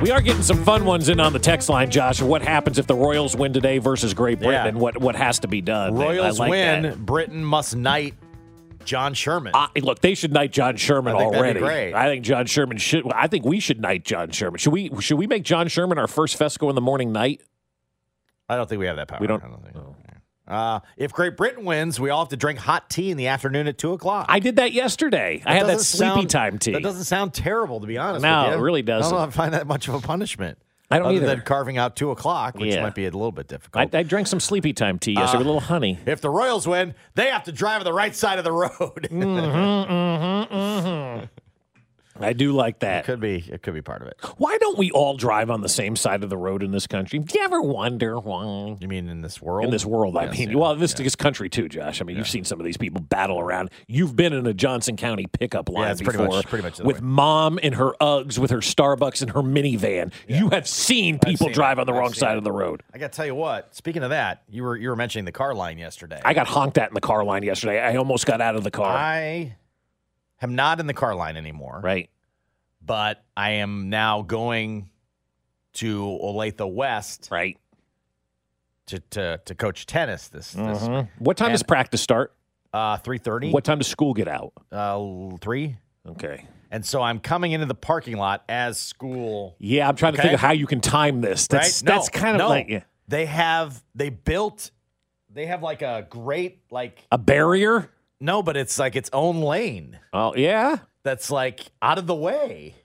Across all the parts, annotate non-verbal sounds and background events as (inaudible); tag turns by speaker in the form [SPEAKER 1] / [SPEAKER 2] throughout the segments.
[SPEAKER 1] We are getting some fun ones in on the text line, Josh. Of what happens if the Royals win today versus Great Britain?
[SPEAKER 2] Yeah.
[SPEAKER 1] And what what has to be done? I
[SPEAKER 2] Royals
[SPEAKER 1] like
[SPEAKER 2] win.
[SPEAKER 1] that. Ah.
[SPEAKER 2] Britain must knight John Sherman.
[SPEAKER 1] I- look, they should knight John Sherman
[SPEAKER 2] I think that'd
[SPEAKER 1] already.
[SPEAKER 2] be great.
[SPEAKER 1] I think John Sherman should. I think we should knight John Sherman. Should we? Should we make John Sherman our first Fesco in the morning night?
[SPEAKER 2] I don't think we have that power.
[SPEAKER 1] We don't-
[SPEAKER 2] I don't think. Uh, if Great Britain wins, we all have to drink hot tea in the afternoon at two o'clock.
[SPEAKER 1] I did that yesterday. I had that
[SPEAKER 2] doesn't
[SPEAKER 1] sleepy
[SPEAKER 2] sound-
[SPEAKER 1] time tea.
[SPEAKER 2] That doesn't sound terrible, to be honest.
[SPEAKER 1] No,
[SPEAKER 2] with you.
[SPEAKER 1] it really
[SPEAKER 2] I
[SPEAKER 1] doesn't.
[SPEAKER 2] don't know if I find that much of a punishment.
[SPEAKER 1] I don't
[SPEAKER 2] other
[SPEAKER 1] either.
[SPEAKER 2] than carving out two o'clock, which
[SPEAKER 1] Yeah.
[SPEAKER 2] might be a little bit difficult.
[SPEAKER 1] I, I drank some sleepy time tea yesterday
[SPEAKER 2] Uh,
[SPEAKER 1] with a little honey.
[SPEAKER 2] if the Royals win, they have to drive on the right side of the road. (laughs)
[SPEAKER 1] Hmm. I do like that.
[SPEAKER 2] could be. It could be part of it.
[SPEAKER 1] Why don't we all drive on the same side of the road in this country? Do you ever wonder why?
[SPEAKER 2] You mean in this world?
[SPEAKER 1] In this world, I
[SPEAKER 2] Yes,
[SPEAKER 1] mean,
[SPEAKER 2] yeah.
[SPEAKER 1] well, this this country too, Josh. I mean, you've seen some of these people battle around. You've been in a Johnson County pickup line
[SPEAKER 2] it's
[SPEAKER 1] before,
[SPEAKER 2] pretty much- pretty much the
[SPEAKER 1] with
[SPEAKER 2] way.
[SPEAKER 1] mom and her Uggs, with her Starbucks and her minivan. You have seen people
[SPEAKER 2] seen
[SPEAKER 1] drive
[SPEAKER 2] it.
[SPEAKER 1] on the
[SPEAKER 2] I've
[SPEAKER 1] wrong
[SPEAKER 2] seen
[SPEAKER 1] side
[SPEAKER 2] it.
[SPEAKER 1] of the road.
[SPEAKER 2] I got to tell you what. Speaking of that, you were you were mentioning the car line yesterday.
[SPEAKER 1] I got honked at in the car line yesterday. I almost got out of the car.
[SPEAKER 2] I am not in the car line anymore,
[SPEAKER 1] right?
[SPEAKER 2] but I am now going to Olathe West
[SPEAKER 1] Right.
[SPEAKER 2] to, to, to coach tennis this, this
[SPEAKER 1] What time does
[SPEAKER 2] Mm-hmm. And-
[SPEAKER 1] practice start?
[SPEAKER 2] uh, 3.30,
[SPEAKER 1] Mm-hmm. What time does school get out?
[SPEAKER 2] Uh, 3.
[SPEAKER 1] Okay.
[SPEAKER 2] And so I'm coming into the parking lot as school.
[SPEAKER 1] Yeah, I'm trying to
[SPEAKER 2] Okay.
[SPEAKER 1] think of how you can time this. That's
[SPEAKER 2] right? No,
[SPEAKER 1] that's kind of
[SPEAKER 2] no.
[SPEAKER 1] like yeah.
[SPEAKER 2] They have, they built, they have like a great, like,
[SPEAKER 1] a barrier.
[SPEAKER 2] no, but it's like its own lane.
[SPEAKER 1] Oh yeah.
[SPEAKER 2] that's like out of the way.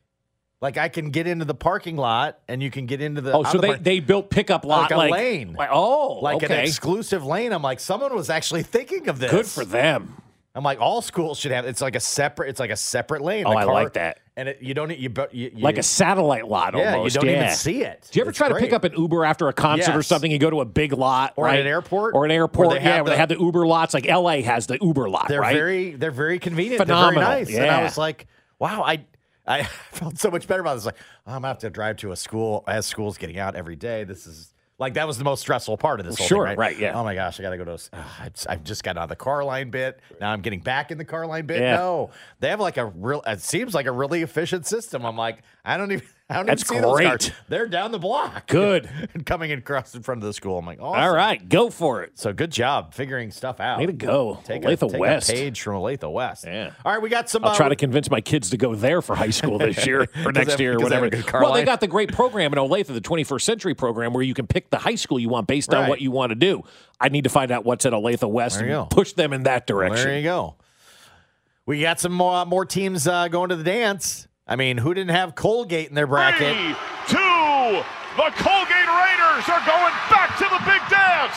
[SPEAKER 2] Like I can get into the parking lot and you can get into the
[SPEAKER 1] Oh,
[SPEAKER 2] out
[SPEAKER 1] so
[SPEAKER 2] of
[SPEAKER 1] they,
[SPEAKER 2] the par-
[SPEAKER 1] they built pickup lot
[SPEAKER 2] Like a lane.
[SPEAKER 1] like- oh,
[SPEAKER 2] like
[SPEAKER 1] okay.
[SPEAKER 2] an exclusive lane. I'm like, someone was actually thinking of this.
[SPEAKER 1] Good for them.
[SPEAKER 2] I'm like, all schools should have. It's like a separate. It's like a separate lane.
[SPEAKER 1] Oh,
[SPEAKER 2] The
[SPEAKER 1] I like that.
[SPEAKER 2] And it, you don't e- you, bu- you, you
[SPEAKER 1] Like a satellite lot
[SPEAKER 2] yeah.
[SPEAKER 1] almost.
[SPEAKER 2] you don't
[SPEAKER 1] yeah.
[SPEAKER 2] even see it.
[SPEAKER 1] Do you ever
[SPEAKER 2] It's
[SPEAKER 1] try to
[SPEAKER 2] great.
[SPEAKER 1] pick up an Uber after a concert or
[SPEAKER 2] Yes.
[SPEAKER 1] something and go to a big lot
[SPEAKER 2] Or at
[SPEAKER 1] right?
[SPEAKER 2] an airport,
[SPEAKER 1] or an
[SPEAKER 2] where
[SPEAKER 1] airport?
[SPEAKER 2] they
[SPEAKER 1] yeah,
[SPEAKER 2] have
[SPEAKER 1] where they
[SPEAKER 2] the-
[SPEAKER 1] have the Uber lots. Like L.A. has the Uber lot,
[SPEAKER 2] They're
[SPEAKER 1] right?
[SPEAKER 2] very they're very convenient.
[SPEAKER 1] Phenomenal,
[SPEAKER 2] They're very nice. And
[SPEAKER 1] yeah.
[SPEAKER 2] I was like, wow, I I (laughs) felt so much better about this. Like, oh, I'm gonna have to drive to a school as school's getting out every day. This is like that was the most stressful part of this whole thing,
[SPEAKER 1] sure,
[SPEAKER 2] right?
[SPEAKER 1] right, yeah.
[SPEAKER 2] Oh my gosh, I gotta go to. a- ah, I just- I've just gotten out of the car line bit. Now I'm getting back in the car line bit.
[SPEAKER 1] Yeah.
[SPEAKER 2] No, they have like a real. It seems like a really efficient system. I'm like, I don't even. I don't
[SPEAKER 1] That's
[SPEAKER 2] even see those
[SPEAKER 1] great.
[SPEAKER 2] cars. They're down the block.
[SPEAKER 1] Good.
[SPEAKER 2] (laughs) and coming across in front of the school. I'm like, awesome.
[SPEAKER 1] All right, go for it.
[SPEAKER 2] So good job figuring stuff out.
[SPEAKER 1] Way to go,
[SPEAKER 2] Take, a,
[SPEAKER 1] Olathe
[SPEAKER 2] take a
[SPEAKER 1] West.
[SPEAKER 2] page from Olathe West.
[SPEAKER 1] Yeah.
[SPEAKER 2] All right, we got some.
[SPEAKER 1] I'll
[SPEAKER 2] uh,
[SPEAKER 3] Um,
[SPEAKER 1] try to convince my kids to go there for high school this
[SPEAKER 3] (laughs)
[SPEAKER 1] year or
[SPEAKER 2] Does
[SPEAKER 1] next
[SPEAKER 2] that-
[SPEAKER 1] year or
[SPEAKER 2] does that have
[SPEAKER 1] whatever.
[SPEAKER 2] a good car
[SPEAKER 1] Well, they
[SPEAKER 2] line?
[SPEAKER 1] got the great program in Olathe, the 21st Century program, where you can pick the high school you want based on
[SPEAKER 2] Right.
[SPEAKER 1] what you want to do. I need to find out what's at Olathe West
[SPEAKER 2] There
[SPEAKER 1] and
[SPEAKER 2] you go.
[SPEAKER 1] push them in that direction.
[SPEAKER 2] There you go. We got some more, more teams uh, going to the dance. I mean, who didn't have Colgate in their bracket?
[SPEAKER 3] Three, two. The Colgate Raiders are going back to the big dance.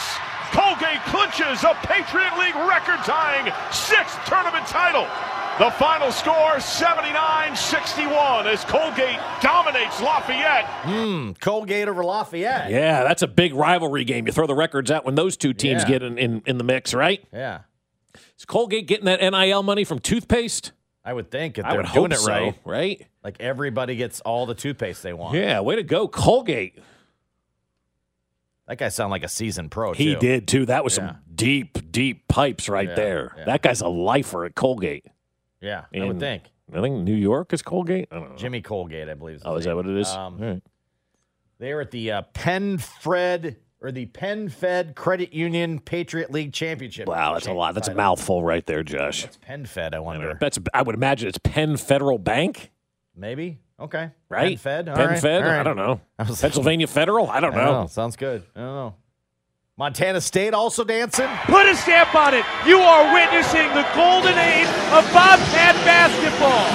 [SPEAKER 3] Colgate clinches a Patriot League record-tying sixth tournament title. The final score 79-61 as Colgate dominates Lafayette.
[SPEAKER 2] Colgate over Lafayette.
[SPEAKER 1] Mm. Yeah, that's a big rivalry game. You throw the records out when those two teams
[SPEAKER 2] Yeah.
[SPEAKER 1] get in, in, in the mix, right?
[SPEAKER 2] Yeah.
[SPEAKER 1] Is Colgate getting that NIL money from toothpaste?
[SPEAKER 2] I would think if
[SPEAKER 1] I
[SPEAKER 2] they're
[SPEAKER 1] would
[SPEAKER 2] doing
[SPEAKER 1] hope
[SPEAKER 2] it
[SPEAKER 1] so,
[SPEAKER 2] right,
[SPEAKER 1] right?
[SPEAKER 2] like everybody gets all the toothpaste they want.
[SPEAKER 1] Yeah, way to go, Colgate.
[SPEAKER 2] That guy sounded like a seasoned pro.
[SPEAKER 1] He
[SPEAKER 2] Oh, too.
[SPEAKER 1] did too. That was
[SPEAKER 2] Yeah.
[SPEAKER 1] some deep, deep pipes right
[SPEAKER 2] Yeah,
[SPEAKER 1] there.
[SPEAKER 2] yeah.
[SPEAKER 1] That guy's a lifer at Colgate.
[SPEAKER 2] Yeah, I
[SPEAKER 1] And-
[SPEAKER 2] would think
[SPEAKER 1] I think New York is Colgate. I don't know.
[SPEAKER 2] Jimmy Colgate, I believe. his
[SPEAKER 1] oh, is that
[SPEAKER 2] name.
[SPEAKER 1] what it is?
[SPEAKER 2] Um,
[SPEAKER 1] All right.
[SPEAKER 2] They were at the uh, Penn Fred or the Penn Fed Credit Union Patriot League Championship.
[SPEAKER 1] Wow, that's a lot. That's a mouthful right there, Josh.
[SPEAKER 2] It's Penn Fed, I
[SPEAKER 1] I,
[SPEAKER 2] wonder.
[SPEAKER 1] mean, that's, I would imagine it's Penn Federal Bank,
[SPEAKER 2] Maybe. Okay.
[SPEAKER 1] right?
[SPEAKER 2] Penn Fed. All
[SPEAKER 1] Penn
[SPEAKER 2] right.
[SPEAKER 1] Fed?
[SPEAKER 2] All right.
[SPEAKER 1] I don't know.
[SPEAKER 2] I was-
[SPEAKER 1] Pennsylvania Federal? I don't
[SPEAKER 2] I don't know.
[SPEAKER 1] know.
[SPEAKER 2] Sounds good. I don't know. Montana State also
[SPEAKER 1] (laughs)
[SPEAKER 2] dancing.
[SPEAKER 4] Put a stamp on it. You are witnessing the golden age of Bobcat basketball.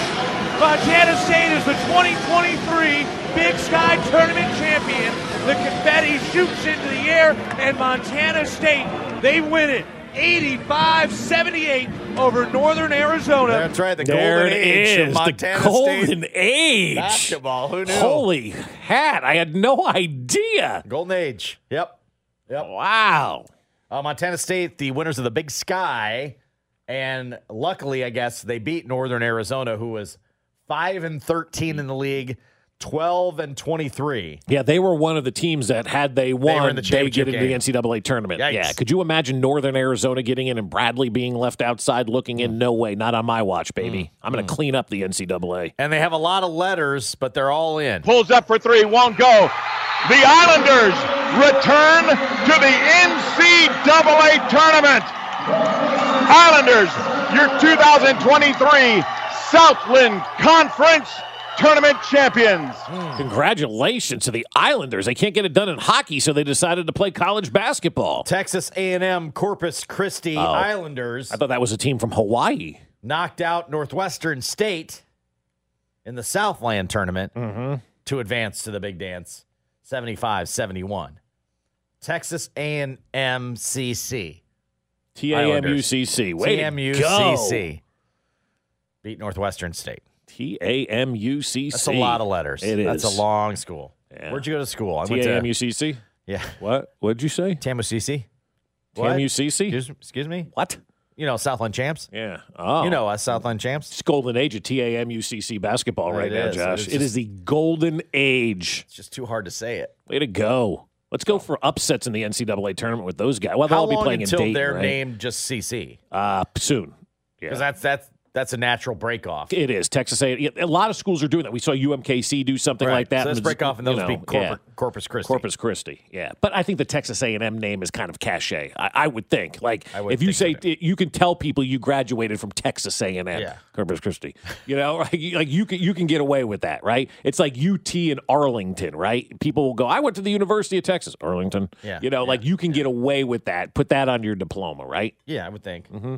[SPEAKER 4] Montana State is the 2023 Big Sky Tournament champion. The confetti shoots into the air, and Montana State, they win it 85 78 over Northern Arizona.
[SPEAKER 2] That's right. The
[SPEAKER 1] There
[SPEAKER 2] golden
[SPEAKER 1] it
[SPEAKER 2] age
[SPEAKER 1] is.
[SPEAKER 2] of
[SPEAKER 1] the
[SPEAKER 2] Montana State
[SPEAKER 1] golden age.
[SPEAKER 2] basketball. Who knew?
[SPEAKER 1] Holy hat. I had no (laughs) idea.
[SPEAKER 2] Golden age. Yep.
[SPEAKER 1] Wow.
[SPEAKER 2] Uh, Montana State, the winners of the Big Sky, and luckily, I guess they beat Northern Arizona, who was five and thirteen in the league. 12 and 23.
[SPEAKER 1] Yeah, they were one of the teams that had they won,
[SPEAKER 2] in the
[SPEAKER 1] get
[SPEAKER 2] championship
[SPEAKER 1] into
[SPEAKER 2] game.
[SPEAKER 1] the NCAA tournament.
[SPEAKER 2] Yikes.
[SPEAKER 1] Yeah, could you imagine Northern Arizona getting in and Bradley being left outside looking in? No way, not on my watch,
[SPEAKER 2] Mm.
[SPEAKER 1] baby. I'm going to clean up the NCAA.
[SPEAKER 2] And they have a lot of letters, but they're all in.
[SPEAKER 3] Pulls up for three, won't go. The Islanders return to the NCAA tournament. Islanders, your 2023 Southland Conference tournament champions.
[SPEAKER 2] Ah.
[SPEAKER 1] Congratulations to the Islanders. They can't get it done in hockey, so they decided to play college basketball.
[SPEAKER 2] Texas A&M Corpus Christi Islanders
[SPEAKER 1] I thought that was a team from Hawaii.
[SPEAKER 2] knocked out Northwestern State in the Southland tournament to advance to the big dance 75-71. Texas A&M CC.
[SPEAKER 1] TAMUCC. Way to go.
[SPEAKER 2] TMUCC. Beat Northwestern State.
[SPEAKER 1] TAMUCC.
[SPEAKER 2] That's a lot of letters.
[SPEAKER 1] It
[SPEAKER 2] That's
[SPEAKER 1] is.
[SPEAKER 2] a long school.
[SPEAKER 1] Yeah.
[SPEAKER 2] Where'd you go to school? I went to
[SPEAKER 1] TAMUCC.
[SPEAKER 2] yeah,
[SPEAKER 1] What? What'd you say?
[SPEAKER 2] TAMUCC. What?
[SPEAKER 1] TAMUCC?
[SPEAKER 2] Excuse, excuse me.
[SPEAKER 1] What?
[SPEAKER 2] You know Southland Champs.
[SPEAKER 1] Yeah. Oh.
[SPEAKER 2] You know us, Southland Champs.
[SPEAKER 1] It's golden age of TAMUCC basketball right
[SPEAKER 2] It
[SPEAKER 1] now,
[SPEAKER 2] is. It
[SPEAKER 1] Josh.
[SPEAKER 2] is
[SPEAKER 1] It is
[SPEAKER 2] just-
[SPEAKER 1] the golden age.
[SPEAKER 2] It's just too hard to say it.
[SPEAKER 1] Way to go. Let's go for upsets in the NCAA tournament with those guys. Well,
[SPEAKER 2] How
[SPEAKER 1] they'll be
[SPEAKER 2] long
[SPEAKER 1] playing
[SPEAKER 2] until
[SPEAKER 1] in Dayton,
[SPEAKER 2] they're
[SPEAKER 1] right?
[SPEAKER 2] named just CC?
[SPEAKER 1] Uh, soon. Yeah.
[SPEAKER 2] Because that's that's that's a natural break off.
[SPEAKER 1] It is Texas A. yeah, A lot of schools are doing that. We saw UMKC do something like that.
[SPEAKER 2] So let's
[SPEAKER 1] and
[SPEAKER 2] break
[SPEAKER 1] it's-
[SPEAKER 2] off and those
[SPEAKER 1] you know,
[SPEAKER 2] be corpor-
[SPEAKER 1] yeah.
[SPEAKER 2] Corpus Christi.
[SPEAKER 1] Corpus Christi, yeah, but I think the Texas A and M name is kind of cachet. I, I would think, like,
[SPEAKER 2] I would
[SPEAKER 1] if you
[SPEAKER 2] think so,
[SPEAKER 1] say you can tell people you graduated from Texas A and M,
[SPEAKER 2] Yeah.
[SPEAKER 1] Corpus Christi, you know, (laughs) like, you- like you can you can get away with that, right? It's like UT and Arlington, right? People will go, I went to the University of Texas, Arlington,
[SPEAKER 2] Yeah,
[SPEAKER 1] you know,
[SPEAKER 2] yeah,
[SPEAKER 1] like you can get away with that. Put that on your diploma, right?
[SPEAKER 2] Yeah, I would think. Mm-hmm.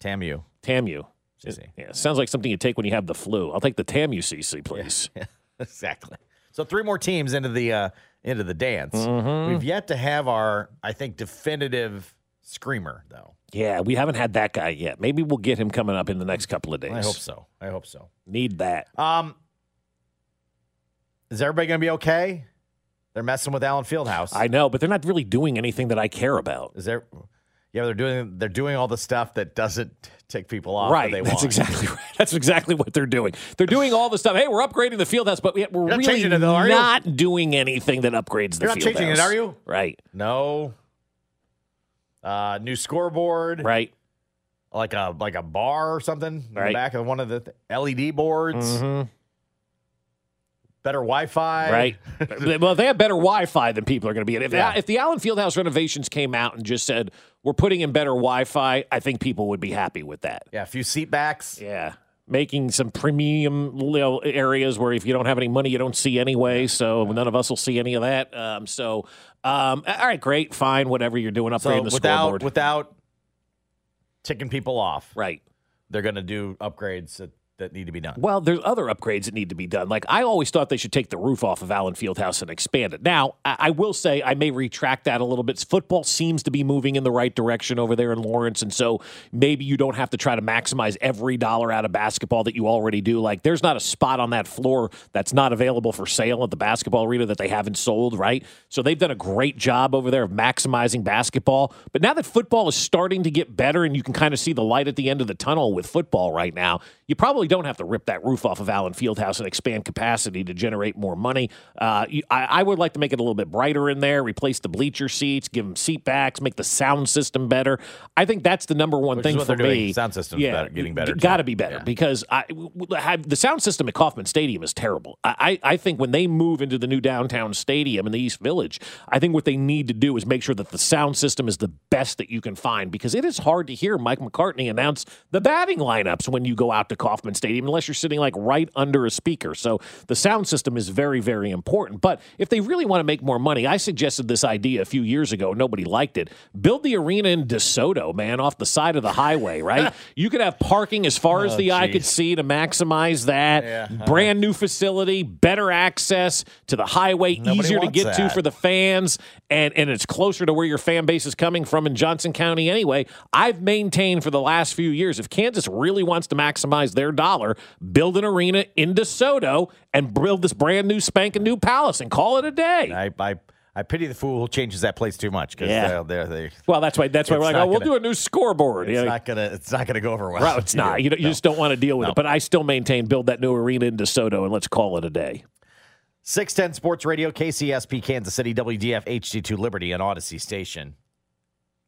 [SPEAKER 2] TAMU.
[SPEAKER 1] TAMU.
[SPEAKER 2] CC.
[SPEAKER 1] Yeah, sounds like something you take when you have the flu. I'll take the TAMU CC,
[SPEAKER 2] (laughs)
[SPEAKER 1] please.
[SPEAKER 2] (laughs) exactly. So three more teams into the uh, into the dance.
[SPEAKER 1] Mm-hmm. Hmm.
[SPEAKER 2] We've yet to have our, I think, definitive screamer though.
[SPEAKER 1] Yeah, we haven't had that guy yet. Maybe we'll get him coming up in the next couple of days.
[SPEAKER 2] I hope so. I hope so.
[SPEAKER 1] Need that.
[SPEAKER 2] Um, is everybody going to be okay? They're messing with Allen Fieldhouse.
[SPEAKER 1] I know, but they're not really doing anything that I care about.
[SPEAKER 2] is there? Yeah, they're doing they're doing all the stuff that doesn't tick people off. that
[SPEAKER 1] Right.
[SPEAKER 2] they
[SPEAKER 1] That's
[SPEAKER 2] want.
[SPEAKER 1] exactly (laughs) right. That's exactly what they're doing. They're doing all the stuff. Hey, we're upgrading the field house, but yet we're
[SPEAKER 2] not
[SPEAKER 1] really
[SPEAKER 2] changing it, though, are you?
[SPEAKER 1] not doing anything that upgrades the
[SPEAKER 2] You're not
[SPEAKER 1] field
[SPEAKER 2] changing it,
[SPEAKER 1] house.
[SPEAKER 2] are you?
[SPEAKER 1] Right.
[SPEAKER 2] No. Uh, new scoreboard,
[SPEAKER 1] Right.
[SPEAKER 2] like a like a bar or something in
[SPEAKER 1] Right. Mm-hmm.
[SPEAKER 2] the back of one of the th- LED boards. Better Wi-Fi,
[SPEAKER 1] Right. well, they have better Wi-Fi than people are going to be. in. If,
[SPEAKER 2] Yeah.
[SPEAKER 1] if the Allen Fieldhouse renovations came out and just said we're putting in better Wi-Fi, I think people would be happy with that.
[SPEAKER 2] Yeah, a few seat backs.
[SPEAKER 1] Yeah. Making some premium little areas where if you don't have any money, you don't see anyway. So none of us will see any of that. Um, so, um, a- all right, great, fine, whatever you're doing, upgrading
[SPEAKER 2] So
[SPEAKER 1] the
[SPEAKER 2] without
[SPEAKER 1] scoreboard.
[SPEAKER 2] without ticking people off,
[SPEAKER 1] right.
[SPEAKER 2] they're going to do upgrades that, that need to be done.
[SPEAKER 1] Well, there's other upgrades that need to be done. Like I always thought they should take the roof off of Allen Fieldhouse and expand it. Now, I, I will say I may retract that a little bit. Football seems to be moving in the right direction over there in Lawrence, and so maybe you don't have to try to maximize every dollar out of basketball that you already do. Like there's not a spot on that floor that's not available for sale at the basketball arena that they haven't sold, right? So they've done a great job over there of maximizing basketball. But now that football is starting to get better and you can kind of see the light at the end of the tunnel with football right now, you probably don't have to rip that roof off of Allen Fieldhouse and expand capacity to generate more money. Uh, you- I, I would like to make it a little bit brighter in there, replace the bleacher seats, give them seat backs, make the sound system better. I think that's the number one
[SPEAKER 2] Which is
[SPEAKER 1] thing
[SPEAKER 2] what
[SPEAKER 1] for
[SPEAKER 2] they're doing.
[SPEAKER 1] me.
[SPEAKER 2] Sound system's better- getting better, too.
[SPEAKER 1] Got to be better because I w- w- have, the sound system at Kauffman Stadium is terrible. I, I I think when they move into the new downtown stadium in the East Village, I think what they need to do is make sure that the sound system is the best that you can find because it is hard to hear Mike McCartney announce the batting lineups when you go out to Kauffman Stadium unless you're sitting like right under a speaker. So the sound system is very very important. But if they really want to make more money, I suggested this idea a few years ago. Nobody liked it. Build the arena in DeSoto, man, off the side of the highway,
[SPEAKER 2] (laughs)
[SPEAKER 1] right? you could have parking as far
[SPEAKER 2] Oh,
[SPEAKER 1] as the eye could see to maximize that.
[SPEAKER 2] uh-huh.
[SPEAKER 1] Brand new facility, better access to the highway,
[SPEAKER 2] Nobody
[SPEAKER 1] easier to
[SPEAKER 2] wants
[SPEAKER 1] get to
[SPEAKER 2] that.
[SPEAKER 1] for the fans, and, and it's closer to where your fan base is coming from in Johnson County anyway. I've maintained for the last few years if Kansas really wants to maximize their dollar, build an arena in DeSoto and build this brand new spanking new palace and call it a day.
[SPEAKER 2] I, I I pity the fool who changes that place too much because
[SPEAKER 1] Yeah.
[SPEAKER 2] they're, they
[SPEAKER 1] Well, that's why that's why
[SPEAKER 2] It's
[SPEAKER 1] we're like,
[SPEAKER 2] not
[SPEAKER 1] oh, we'll
[SPEAKER 2] gonna-
[SPEAKER 1] do a new scoreboard.
[SPEAKER 2] it's
[SPEAKER 1] Yeah, (laughs)
[SPEAKER 2] not gonna it's not gonna go over well.
[SPEAKER 1] Right, it's
[SPEAKER 2] (laughs)
[SPEAKER 1] not. You, don't- you just don't want to deal with it. But I still maintain build that new arena in DeSoto and let's call it a day.
[SPEAKER 2] 610 Sports Radio, KCSP, Kansas City, WDF, HD2 Liberty, and Odyssey Station.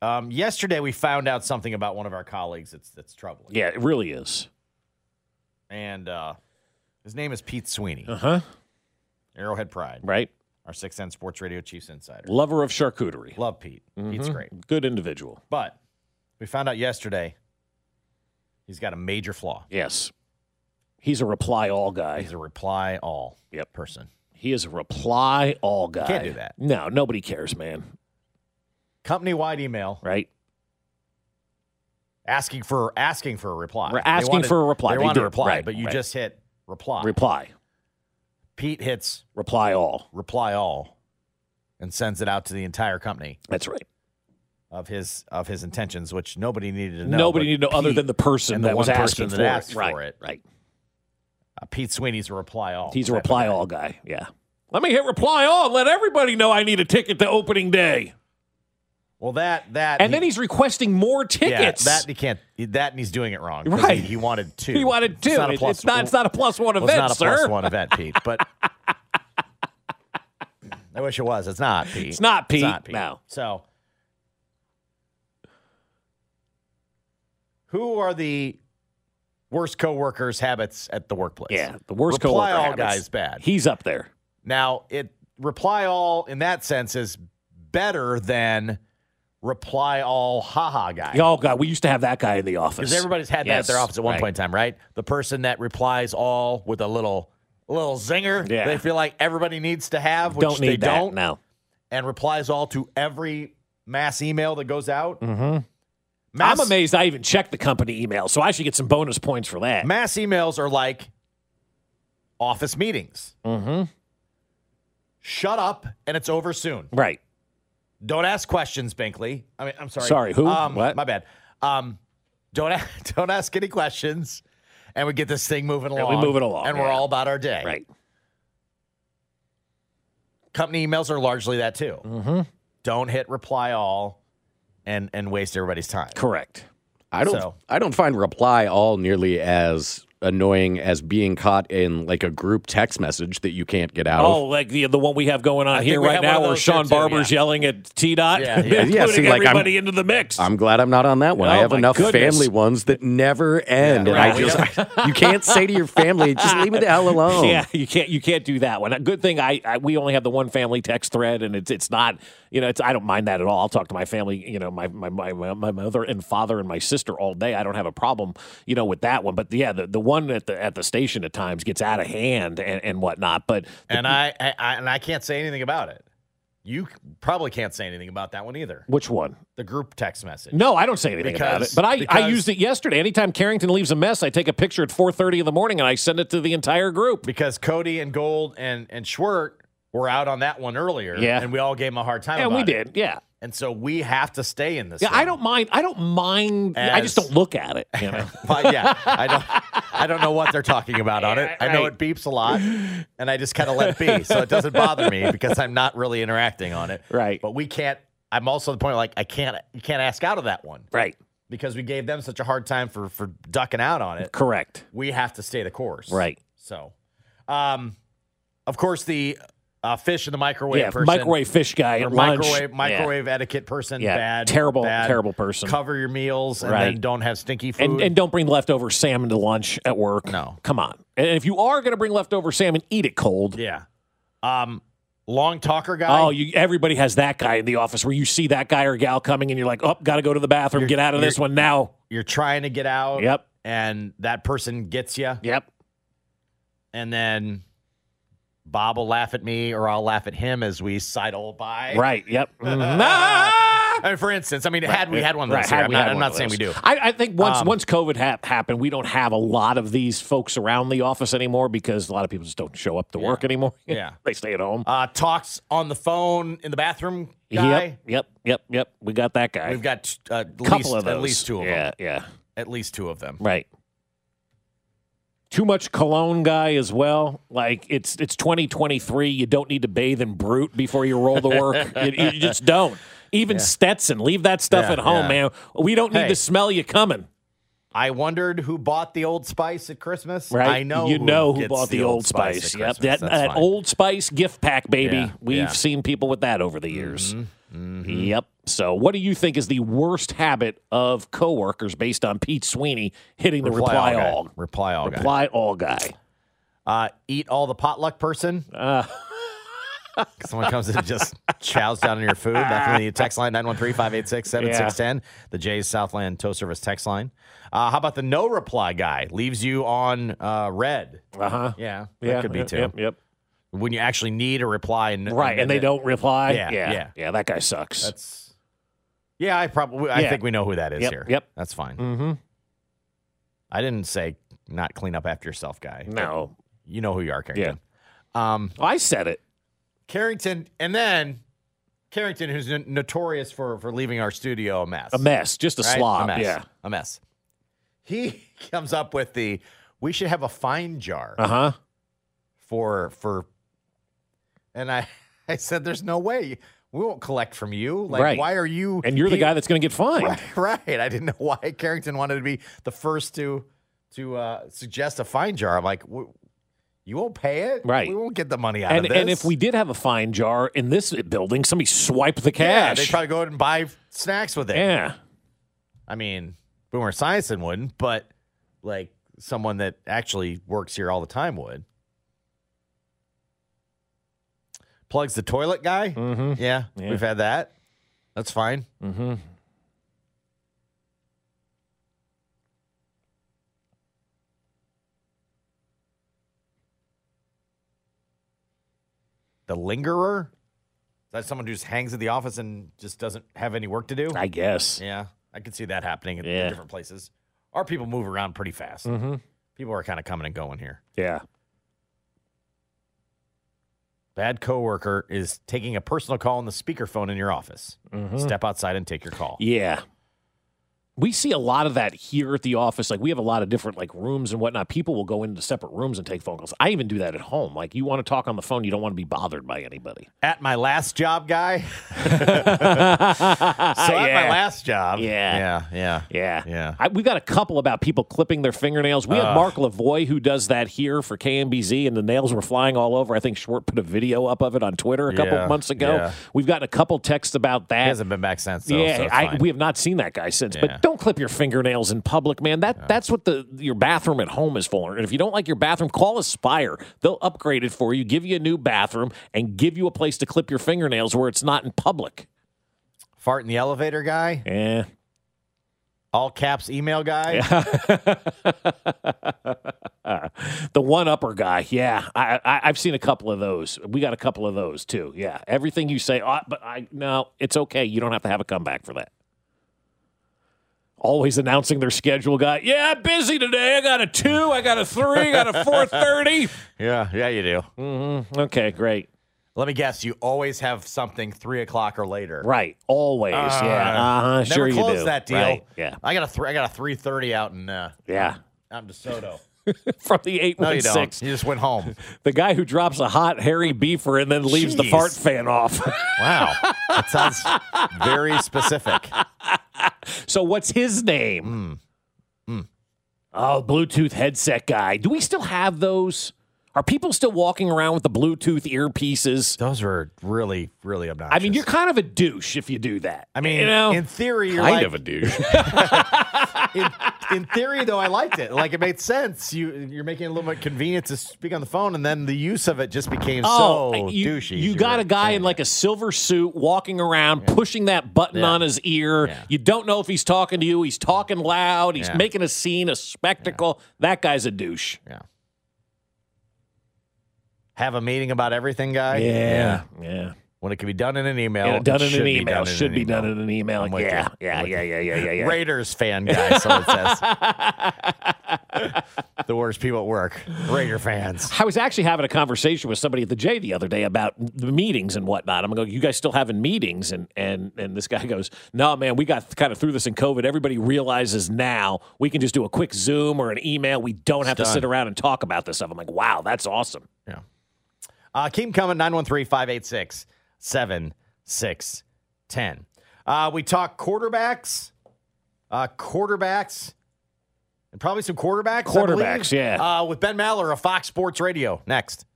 [SPEAKER 2] Um, yesterday, we found out something about one of our colleagues that's, that's troubling.
[SPEAKER 1] Yeah, it really is.
[SPEAKER 2] And uh, his name is Pete Sweeney,
[SPEAKER 1] Uh huh.
[SPEAKER 2] Arrowhead Pride,
[SPEAKER 1] Right.
[SPEAKER 2] our 610 Sports Radio Chiefs Insider.
[SPEAKER 1] Lover of charcuterie.
[SPEAKER 2] Love Pete.
[SPEAKER 1] Mm-hmm.
[SPEAKER 2] Pete's great.
[SPEAKER 1] Good individual.
[SPEAKER 2] But we found out yesterday he's got a major flaw.
[SPEAKER 1] Yes. He's a reply all guy.
[SPEAKER 2] He's a reply all
[SPEAKER 1] Yep.
[SPEAKER 2] person.
[SPEAKER 1] He is a reply all guy.
[SPEAKER 2] can't do that.
[SPEAKER 1] No, nobody cares, man.
[SPEAKER 2] Company wide email
[SPEAKER 1] Right?
[SPEAKER 2] asking for asking for a reply.
[SPEAKER 1] We're
[SPEAKER 2] They
[SPEAKER 1] asking
[SPEAKER 2] wanted-
[SPEAKER 1] for a reply.
[SPEAKER 2] They,
[SPEAKER 1] They
[SPEAKER 2] want a
[SPEAKER 1] did.
[SPEAKER 2] reply,
[SPEAKER 1] Right,
[SPEAKER 2] but you
[SPEAKER 1] right.
[SPEAKER 2] just hit reply.
[SPEAKER 1] Reply.
[SPEAKER 2] Pete hits
[SPEAKER 1] Reply all.
[SPEAKER 2] reply all and sends it out to the entire company
[SPEAKER 1] That's right.
[SPEAKER 2] of his of his intentions, which nobody needed to know.
[SPEAKER 1] nobody
[SPEAKER 2] but
[SPEAKER 1] needed to know other
[SPEAKER 2] Pete-
[SPEAKER 1] than the person
[SPEAKER 2] and the
[SPEAKER 1] that was
[SPEAKER 2] one person
[SPEAKER 1] asking
[SPEAKER 2] that
[SPEAKER 1] for,
[SPEAKER 2] asked
[SPEAKER 1] it.
[SPEAKER 2] for
[SPEAKER 1] right.
[SPEAKER 2] it.
[SPEAKER 1] Right.
[SPEAKER 2] uh, Pete Sweeney's a reply all.
[SPEAKER 1] He's a
[SPEAKER 2] type of
[SPEAKER 1] reply
[SPEAKER 2] guy.
[SPEAKER 1] all guy. Yeah. Let me hit reply all and let everybody know I need a ticket to opening day.
[SPEAKER 2] Well, that that
[SPEAKER 1] And
[SPEAKER 2] he-
[SPEAKER 1] then he's requesting more tickets.
[SPEAKER 2] Yeah, that he can't. That and he's doing it wrong. 'cause
[SPEAKER 1] Right.
[SPEAKER 2] He, he wanted two.
[SPEAKER 1] he wanted two.
[SPEAKER 2] It's not a
[SPEAKER 1] It-
[SPEAKER 2] plus.
[SPEAKER 1] it's, not, it's not a plus one
[SPEAKER 2] well,
[SPEAKER 1] event,
[SPEAKER 2] it's not
[SPEAKER 1] sir.
[SPEAKER 2] a plus one event, Pete.
[SPEAKER 1] (laughs)
[SPEAKER 2] But I wish it was. It's not, Pete.
[SPEAKER 1] It's not, Pete.
[SPEAKER 2] It's not, Pete.
[SPEAKER 1] No.
[SPEAKER 2] So, who are the worst coworkers' habits at the workplace?
[SPEAKER 1] Yeah. The worst
[SPEAKER 2] reply
[SPEAKER 1] coworker
[SPEAKER 2] all
[SPEAKER 1] habits.
[SPEAKER 2] guys bad.
[SPEAKER 1] He's up there.
[SPEAKER 2] now, it reply all in that sense is better than reply all haha guy.
[SPEAKER 1] Oh God, we used to have that guy in the office.
[SPEAKER 2] Because everybody's had that at their
[SPEAKER 1] Yes,
[SPEAKER 2] office at one
[SPEAKER 1] right.
[SPEAKER 2] point in time, right? The person that replies all with a little little zinger
[SPEAKER 1] Yeah.
[SPEAKER 2] they feel like everybody needs to have, which
[SPEAKER 1] don't
[SPEAKER 2] they
[SPEAKER 1] need that
[SPEAKER 2] don't,
[SPEAKER 1] now.
[SPEAKER 2] and replies all to every mass email that goes out. Mm-hmm. Mass,
[SPEAKER 1] I'm amazed I even checked the company email, so I should get some bonus points for that.
[SPEAKER 2] Mass emails are like office meetings. Mm-hmm. Shut up, and it's over soon.
[SPEAKER 1] right.
[SPEAKER 2] Don't ask questions, Binkley. I mean, I'm sorry.
[SPEAKER 1] Sorry, who?
[SPEAKER 2] Um,
[SPEAKER 1] What?
[SPEAKER 2] My bad. Um, don't a- (laughs) don't ask any questions, and we get this thing moving
[SPEAKER 1] And
[SPEAKER 2] along.
[SPEAKER 1] we move it along,
[SPEAKER 2] and we're
[SPEAKER 1] yeah.
[SPEAKER 2] all about our day.
[SPEAKER 1] Right.
[SPEAKER 2] Company emails are largely that too. Mm-hmm. Don't hit reply all, and and waste everybody's time.
[SPEAKER 1] Correct.
[SPEAKER 5] I don't
[SPEAKER 2] So-
[SPEAKER 5] I don't find reply all nearly as annoying as being caught in like a group text message that you can't get out
[SPEAKER 1] Oh,
[SPEAKER 5] of.
[SPEAKER 1] like the the one we have going on
[SPEAKER 2] think
[SPEAKER 1] here
[SPEAKER 2] we
[SPEAKER 1] right
[SPEAKER 2] have one
[SPEAKER 1] now,
[SPEAKER 2] of
[SPEAKER 1] where
[SPEAKER 2] those here,
[SPEAKER 1] Sean
[SPEAKER 2] too,
[SPEAKER 1] Barber's
[SPEAKER 2] yeah.
[SPEAKER 1] yelling at T Dot, (laughs)
[SPEAKER 2] Yeah, yeah.
[SPEAKER 5] Yeah, see,
[SPEAKER 1] including
[SPEAKER 5] like, I'm-
[SPEAKER 1] everybody into the mix.
[SPEAKER 5] I'm glad I'm not on that one. I
[SPEAKER 1] Oh,
[SPEAKER 5] have
[SPEAKER 1] my
[SPEAKER 5] enough
[SPEAKER 1] goodness.
[SPEAKER 5] family ones that never end, and
[SPEAKER 2] right.
[SPEAKER 5] I
[SPEAKER 1] (laughs)
[SPEAKER 5] just you can't say to your family, just leave it the hell
[SPEAKER 2] Oh.
[SPEAKER 5] alone.
[SPEAKER 1] Yeah, you can't you can't do that one. A Good thing I, I we only have the one family text thread, and it's it's not you know it's I don't mind that at all. I'll talk to my family, you know my my my, my mother and father and my sister all day. I don't have a problem you know with that one. But yeah, the, the one at the at the station at times gets out of hand and, and whatnot. But
[SPEAKER 2] And I, I, I and I can't say anything about it. You c- probably can't say anything about that one either.
[SPEAKER 1] which one?
[SPEAKER 2] The group text message.
[SPEAKER 1] No, I don't say anything about it.
[SPEAKER 2] Because-
[SPEAKER 1] But I, I
[SPEAKER 2] because-
[SPEAKER 1] used it yesterday. Anytime Carrington leaves a mess, I take a picture at four thirty in the morning and I send it to the entire group.
[SPEAKER 2] because Cody and Gold and and Schwert were out on that one earlier.
[SPEAKER 1] Yeah.
[SPEAKER 2] and we all gave him a hard time.
[SPEAKER 1] And we
[SPEAKER 2] about it.
[SPEAKER 1] did, yeah.
[SPEAKER 2] And so we have to stay in this.
[SPEAKER 1] Yeah,
[SPEAKER 2] one.
[SPEAKER 1] I don't mind. I don't mind. I just
[SPEAKER 2] As-
[SPEAKER 1] don't look at it. You
[SPEAKER 2] (laughs)
[SPEAKER 1] know?
[SPEAKER 2] Well, yeah,
[SPEAKER 1] (laughs)
[SPEAKER 2] I don't. I don't know what they're talking about on it.
[SPEAKER 1] Yeah,
[SPEAKER 2] I know
[SPEAKER 1] right.
[SPEAKER 2] it beeps a lot, and I just kind of let it be, so it doesn't bother me because I'm not really interacting on it.
[SPEAKER 1] Right.
[SPEAKER 2] But we can't. I'm also at the point like I can't. You can't ask out of that one
[SPEAKER 1] right.
[SPEAKER 2] because we gave them such a hard time for for ducking out on it.
[SPEAKER 1] Correct.
[SPEAKER 2] We have to stay the course.
[SPEAKER 1] Right.
[SPEAKER 2] So, um, of course the uh, fish in the microwave.
[SPEAKER 1] yeah,
[SPEAKER 2] person,
[SPEAKER 1] microwave fish guy
[SPEAKER 2] or
[SPEAKER 1] at lunch.
[SPEAKER 2] microwave
[SPEAKER 1] Yeah.
[SPEAKER 2] microwave etiquette person.
[SPEAKER 1] Yeah,
[SPEAKER 2] Bad.
[SPEAKER 1] terrible,
[SPEAKER 2] bad.
[SPEAKER 1] terrible person.
[SPEAKER 2] Cover your meals and
[SPEAKER 1] Right.
[SPEAKER 2] then don't have stinky food.
[SPEAKER 1] And, and don't bring leftover salmon to lunch at work.
[SPEAKER 2] No.
[SPEAKER 1] Come on. And if you are going to bring leftover salmon, eat it cold.
[SPEAKER 2] Yeah. Um, long talker guy.
[SPEAKER 1] Oh, you, everybody has that guy in the office where you see that guy or gal coming and you're like, oh, got to go to the bathroom. Get out of this one now.
[SPEAKER 2] you're Oh. trying to get out.
[SPEAKER 1] Yep.
[SPEAKER 2] And that person gets you,
[SPEAKER 1] Yep.
[SPEAKER 2] and then Bob will laugh at me, or I'll laugh at him as we sidle by.
[SPEAKER 1] Right.
[SPEAKER 2] (laughs)
[SPEAKER 1] Yep. Mhm. Ah!
[SPEAKER 2] I mean, for instance, I mean, had we had one of those,
[SPEAKER 1] Right,
[SPEAKER 2] here,
[SPEAKER 1] had
[SPEAKER 2] I'm
[SPEAKER 1] we
[SPEAKER 2] not,
[SPEAKER 1] had
[SPEAKER 2] I'm
[SPEAKER 1] one
[SPEAKER 2] not
[SPEAKER 1] of
[SPEAKER 2] saying we do.
[SPEAKER 1] those. (laughs) I, I think once
[SPEAKER 2] Um,
[SPEAKER 1] once COVID hap happened, we don't have a lot of these folks around the office anymore because a lot of people just don't show up to work anymore.
[SPEAKER 2] Yeah.
[SPEAKER 1] (laughs) they stay at home.
[SPEAKER 2] Uh, talks on the phone in the bathroom
[SPEAKER 1] Yep,
[SPEAKER 2] guy.
[SPEAKER 1] yep, yep, yep. We got that guy.
[SPEAKER 2] We've got uh, at
[SPEAKER 1] couple
[SPEAKER 2] least,
[SPEAKER 1] of those.
[SPEAKER 2] at least two of
[SPEAKER 1] yeah,
[SPEAKER 2] them.
[SPEAKER 1] Yeah,
[SPEAKER 2] At least two of them.
[SPEAKER 1] Right. Too much cologne guy as well. Like it's it's 2023. You don't need to bathe in brute before you roll to
[SPEAKER 2] (laughs)
[SPEAKER 1] work. you, you just don't. Even Stetson, leave that stuff
[SPEAKER 2] Yeah,
[SPEAKER 1] at home,
[SPEAKER 2] yeah.
[SPEAKER 1] man. We don't need
[SPEAKER 2] Hey.
[SPEAKER 1] to smell you coming.
[SPEAKER 2] I wondered who bought the Old Spice at Christmas.
[SPEAKER 1] Right?
[SPEAKER 2] I know
[SPEAKER 1] you know who
[SPEAKER 2] gets
[SPEAKER 1] bought the, Old Spice.
[SPEAKER 2] at
[SPEAKER 1] yep,
[SPEAKER 2] Christmas.
[SPEAKER 1] that,
[SPEAKER 2] That's
[SPEAKER 1] that
[SPEAKER 2] fine.
[SPEAKER 1] Old Spice gift pack, baby.
[SPEAKER 2] Yeah,
[SPEAKER 1] We've
[SPEAKER 2] yeah. Mm-hmm.
[SPEAKER 1] seen people with that over the years. Yep. So, what do you think is the worst habit of coworkers based on Pete Sweeney hitting the reply
[SPEAKER 2] guy.
[SPEAKER 1] all?
[SPEAKER 2] Reply all. guy.
[SPEAKER 1] Reply all guy.
[SPEAKER 2] Uh, eat all the potluck person. (laughs) Someone comes and just chows down on your food. That's
[SPEAKER 1] (laughs)
[SPEAKER 2] on the text line 913 586 7610, the Jay's Southland Tow Service text line. Uh, how about the no reply guy? Leaves you on uh, red.
[SPEAKER 1] Uh huh.
[SPEAKER 2] Yeah,
[SPEAKER 1] yeah,
[SPEAKER 2] that could be
[SPEAKER 1] yep,
[SPEAKER 2] too.
[SPEAKER 1] Yep. yep.
[SPEAKER 2] When you actually need a reply. And,
[SPEAKER 1] Right, and they don't reply.
[SPEAKER 2] Yeah,
[SPEAKER 1] yeah,
[SPEAKER 2] yeah.
[SPEAKER 1] that guy sucks.
[SPEAKER 2] That's, yeah, I probably, I
[SPEAKER 1] Yeah.
[SPEAKER 2] think we know who that is
[SPEAKER 1] Yep,
[SPEAKER 2] here.
[SPEAKER 1] yep.
[SPEAKER 2] That's fine.
[SPEAKER 1] mm-hmm.
[SPEAKER 2] I didn't say not clean up after yourself guy.
[SPEAKER 1] No,
[SPEAKER 2] You know who you are, Carrington. Yeah. Um,
[SPEAKER 1] I said it.
[SPEAKER 2] Carrington, and then Carrington, who's no- notorious for for leaving our studio a mess,
[SPEAKER 1] A mess, just a
[SPEAKER 2] right?
[SPEAKER 1] slob.
[SPEAKER 2] a mess,
[SPEAKER 1] Yeah.
[SPEAKER 2] a mess. He (laughs) comes up with the we should have a fine jar
[SPEAKER 1] Uh huh.
[SPEAKER 2] for for, and I (laughs) I said there's no way we won't collect from you. Like
[SPEAKER 1] Right.
[SPEAKER 2] why are you?
[SPEAKER 1] And you're the
[SPEAKER 2] he-
[SPEAKER 1] guy that's going to get fined.
[SPEAKER 2] right, (laughs) right. I didn't know why Carrington wanted to be the first to to uh, suggest a fine jar. I'm like. "W- You won't pay it,
[SPEAKER 1] Right.
[SPEAKER 2] We won't get the money out
[SPEAKER 1] And,
[SPEAKER 2] of this.
[SPEAKER 1] and if we did have a fine jar in this building, somebody swiped the
[SPEAKER 2] Yeah,
[SPEAKER 1] cash.
[SPEAKER 2] they try to go out and buy snacks with it.
[SPEAKER 1] Yeah.
[SPEAKER 2] I mean, Boomer Scienson wouldn't, but like someone that actually works here all the time would. Plugs the toilet guy.
[SPEAKER 1] Mm-hmm.
[SPEAKER 2] Yeah,
[SPEAKER 1] Yeah.
[SPEAKER 2] we've had that. That's fine.
[SPEAKER 1] Mm-hmm.
[SPEAKER 2] The lingerer. Is that someone who just hangs at the office and just doesn't have any work to do?
[SPEAKER 1] I guess.
[SPEAKER 2] yeah, I could see that happening in in
[SPEAKER 1] Yeah.
[SPEAKER 2] different places. Our people move around pretty fast.
[SPEAKER 1] Mm-hmm.
[SPEAKER 2] People are kind of coming and going here.
[SPEAKER 1] Yeah.
[SPEAKER 2] Bad coworker is taking a personal call on the speakerphone in your office.
[SPEAKER 1] Mm-hmm.
[SPEAKER 2] Step outside and take your call.
[SPEAKER 1] Yeah. We see a lot of that here at the office. Like we have a lot of different like rooms and whatnot. People will go into separate rooms and take phone calls. I even do that at home. Like you want to talk on the phone, you don't want to be bothered by anybody. (laughs)
[SPEAKER 2] (laughs) At my last job, guy. So
[SPEAKER 1] yeah.
[SPEAKER 2] at my last job.
[SPEAKER 1] Yeah.
[SPEAKER 2] Yeah. Yeah.
[SPEAKER 1] Yeah.
[SPEAKER 2] Yeah.
[SPEAKER 1] I, we've got a couple about people clipping their fingernails. We have Mark Lavoy who does that here for KMBZ, and the nails were flying all over. I think Short put a video up of it on Twitter a couple
[SPEAKER 2] Yeah,
[SPEAKER 1] months ago.
[SPEAKER 2] yeah.
[SPEAKER 1] We've gotten a couple texts about
[SPEAKER 2] He
[SPEAKER 1] that.
[SPEAKER 2] hasn't been back since. Though,
[SPEAKER 1] yeah,
[SPEAKER 2] so it's
[SPEAKER 1] I,
[SPEAKER 2] fine.
[SPEAKER 1] we have not seen that guy since.
[SPEAKER 2] Yeah.
[SPEAKER 1] But don't clip your fingernails in public, man. That that's what the your bathroom at home is for. And if you don't like your bathroom, call Aspire. They'll upgrade it for you, give you a new bathroom, and give you a place to clip your fingernails where it's not in public. Eh.
[SPEAKER 2] fart in the elevator guy.
[SPEAKER 1] Yeah.
[SPEAKER 2] All caps email guy.
[SPEAKER 1] The one upper guy, yeah. I, I I've seen a couple of those. We got a couple of those too. Yeah, everything you say, oh, but I no, it's okay. You don't have to have a comeback for that. Always announcing their schedule, guy. Yeah, I'm busy today. I got a two. I got a three. I got a four thirty.
[SPEAKER 2] Yeah. Yeah. You do.
[SPEAKER 1] Okay, great.
[SPEAKER 2] Let me guess. You always have something three o'clock or later.
[SPEAKER 1] Right, always. yeah, uh huh.
[SPEAKER 2] Never
[SPEAKER 1] Sure, you
[SPEAKER 2] close
[SPEAKER 1] do.
[SPEAKER 2] that deal.
[SPEAKER 1] Right, Yeah,
[SPEAKER 2] I got a three. I got a three thirty out in uh,
[SPEAKER 1] yeah.
[SPEAKER 2] out in DeSoto.
[SPEAKER 1] From the eight
[SPEAKER 2] No,
[SPEAKER 1] one
[SPEAKER 2] you don't.
[SPEAKER 1] six,
[SPEAKER 2] You just went home.
[SPEAKER 1] the guy who drops a hot hairy beaver and then leaves the
[SPEAKER 2] Jeez.
[SPEAKER 1] fart fan off.
[SPEAKER 2] Wow. That sounds very specific.
[SPEAKER 1] So what's his name?
[SPEAKER 2] Hmm.
[SPEAKER 1] Oh, Bluetooth headset guy. Do we still have those? Are people still walking around with the Bluetooth earpieces?
[SPEAKER 2] Those were really, really obnoxious.
[SPEAKER 1] I mean, you're kind of a douche if you do that.
[SPEAKER 2] I mean,
[SPEAKER 1] you know,
[SPEAKER 2] in theory, you're
[SPEAKER 5] Kind
[SPEAKER 2] like,
[SPEAKER 5] of a douche.
[SPEAKER 2] in, (laughs) in theory, though, I liked it. Like it made sense. You you're making it a little bit convenient to speak on the phone, and then the use of it just became so
[SPEAKER 1] Oh, you,
[SPEAKER 2] douchey.
[SPEAKER 1] You
[SPEAKER 2] as
[SPEAKER 1] got
[SPEAKER 2] were
[SPEAKER 1] a guy
[SPEAKER 2] saying
[SPEAKER 1] in
[SPEAKER 2] it.
[SPEAKER 1] like a silver suit walking around, pushing that button
[SPEAKER 2] Yeah.
[SPEAKER 1] on his ear.
[SPEAKER 2] Yeah.
[SPEAKER 1] You don't know if he's talking to you. He's talking loud. He's
[SPEAKER 2] Yeah.
[SPEAKER 1] making a scene, a spectacle. That guy's a douche.
[SPEAKER 2] yeah. Have a meeting about everything, guy.
[SPEAKER 1] yeah.
[SPEAKER 2] When it can be done in an email,
[SPEAKER 1] Yeah, done
[SPEAKER 2] Oh, it
[SPEAKER 1] in
[SPEAKER 2] should
[SPEAKER 1] an
[SPEAKER 2] be
[SPEAKER 1] email.
[SPEAKER 2] done in
[SPEAKER 1] Should
[SPEAKER 2] an
[SPEAKER 1] be done
[SPEAKER 2] email.
[SPEAKER 1] in an email.
[SPEAKER 2] I'm with
[SPEAKER 1] Yeah,
[SPEAKER 2] you.
[SPEAKER 1] yeah,
[SPEAKER 2] I'm with
[SPEAKER 1] yeah, yeah, yeah, yeah, yeah.
[SPEAKER 2] Raiders fan guy, so it says.
[SPEAKER 1] (laughs)
[SPEAKER 2] the worst people at work, Raider fans.
[SPEAKER 1] I was actually having a conversation with somebody at the J the other day about the meetings and whatnot. I'm going, you guys still having meetings? And and and this guy (laughs) goes, no, man, we got kind of through this in COVID. Everybody realizes now we can just do a quick Zoom or an email. We don't have to
[SPEAKER 2] done.
[SPEAKER 1] sit around and talk about this stuff. I'm like, wow, that's awesome.
[SPEAKER 2] Yeah. Uh, keep 'em coming, 913 586 7610. We talk uh, quarterbacks. Uh, quarterbacks and probably some quarterbacks. I
[SPEAKER 1] Quarterbacks,
[SPEAKER 2] believe.
[SPEAKER 1] yeah.
[SPEAKER 2] Uh, with Ben Maller of Fox Sports Radio. Next.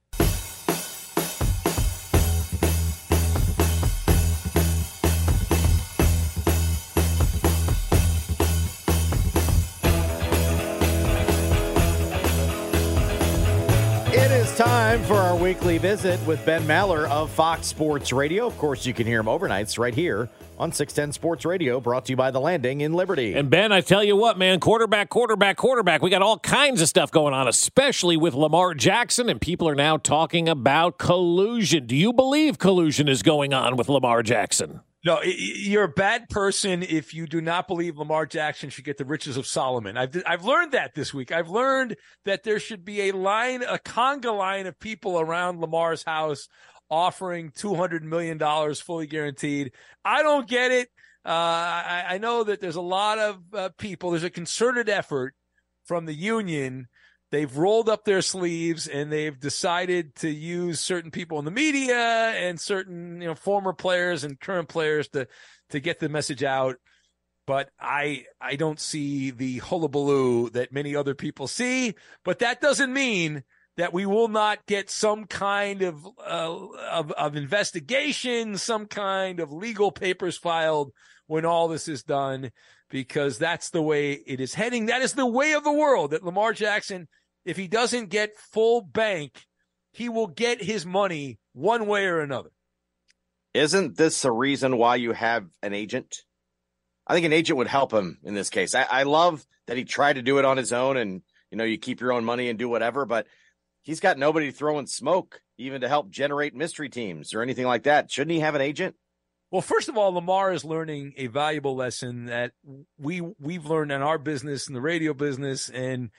[SPEAKER 2] It is time for our weekly visit with Ben Maller of Fox Sports Radio. Of course, you can hear him overnights right here on 610 Sports Radio, brought to you by The Landing in Liberty.
[SPEAKER 1] And Ben, I tell you what, man, quarterback, quarterback, quarterback. We got all kinds of stuff going on, especially with Lamar Jackson, and people are now talking about collusion. Do you believe collusion is going on with Lamar Jackson?
[SPEAKER 6] No, y- y- you're a bad person if you do not believe Lamar Jackson should get the riches of Solomon. I've I've learned that this week. I've learned that there should be a line, a conga line of people around Lamar's house offering two hundred million dollars fully guaranteed. I don't get it. Uh, I, I know that there's a lot of uh, people. There's a concerted effort from the union. They've rolled up their sleeves and they've decided to use certain people in the media and certain you know former players and current players to to get the message out. But I I don't see the hullabaloo that many other people see. But that doesn't mean that we will not get some kind of uh, of, of investigation, some kind of legal papers filed when all this is done, because that's the way it is heading. That is the way of the world. That Lamar Jackson, if he doesn't get full bank, he will get his money one way or another.
[SPEAKER 7] Isn't this the reason why you have an agent? I think an agent would help him in this case. I, I love that he tried to do it on his own and you know, you keep your own money and do whatever, but he's got nobody throwing smoke even to help generate mystery teams or anything like that. Shouldn't he have an agent?
[SPEAKER 6] Well, first of all, Lamar is learning a valuable lesson that we we've learned in our business in the radio business and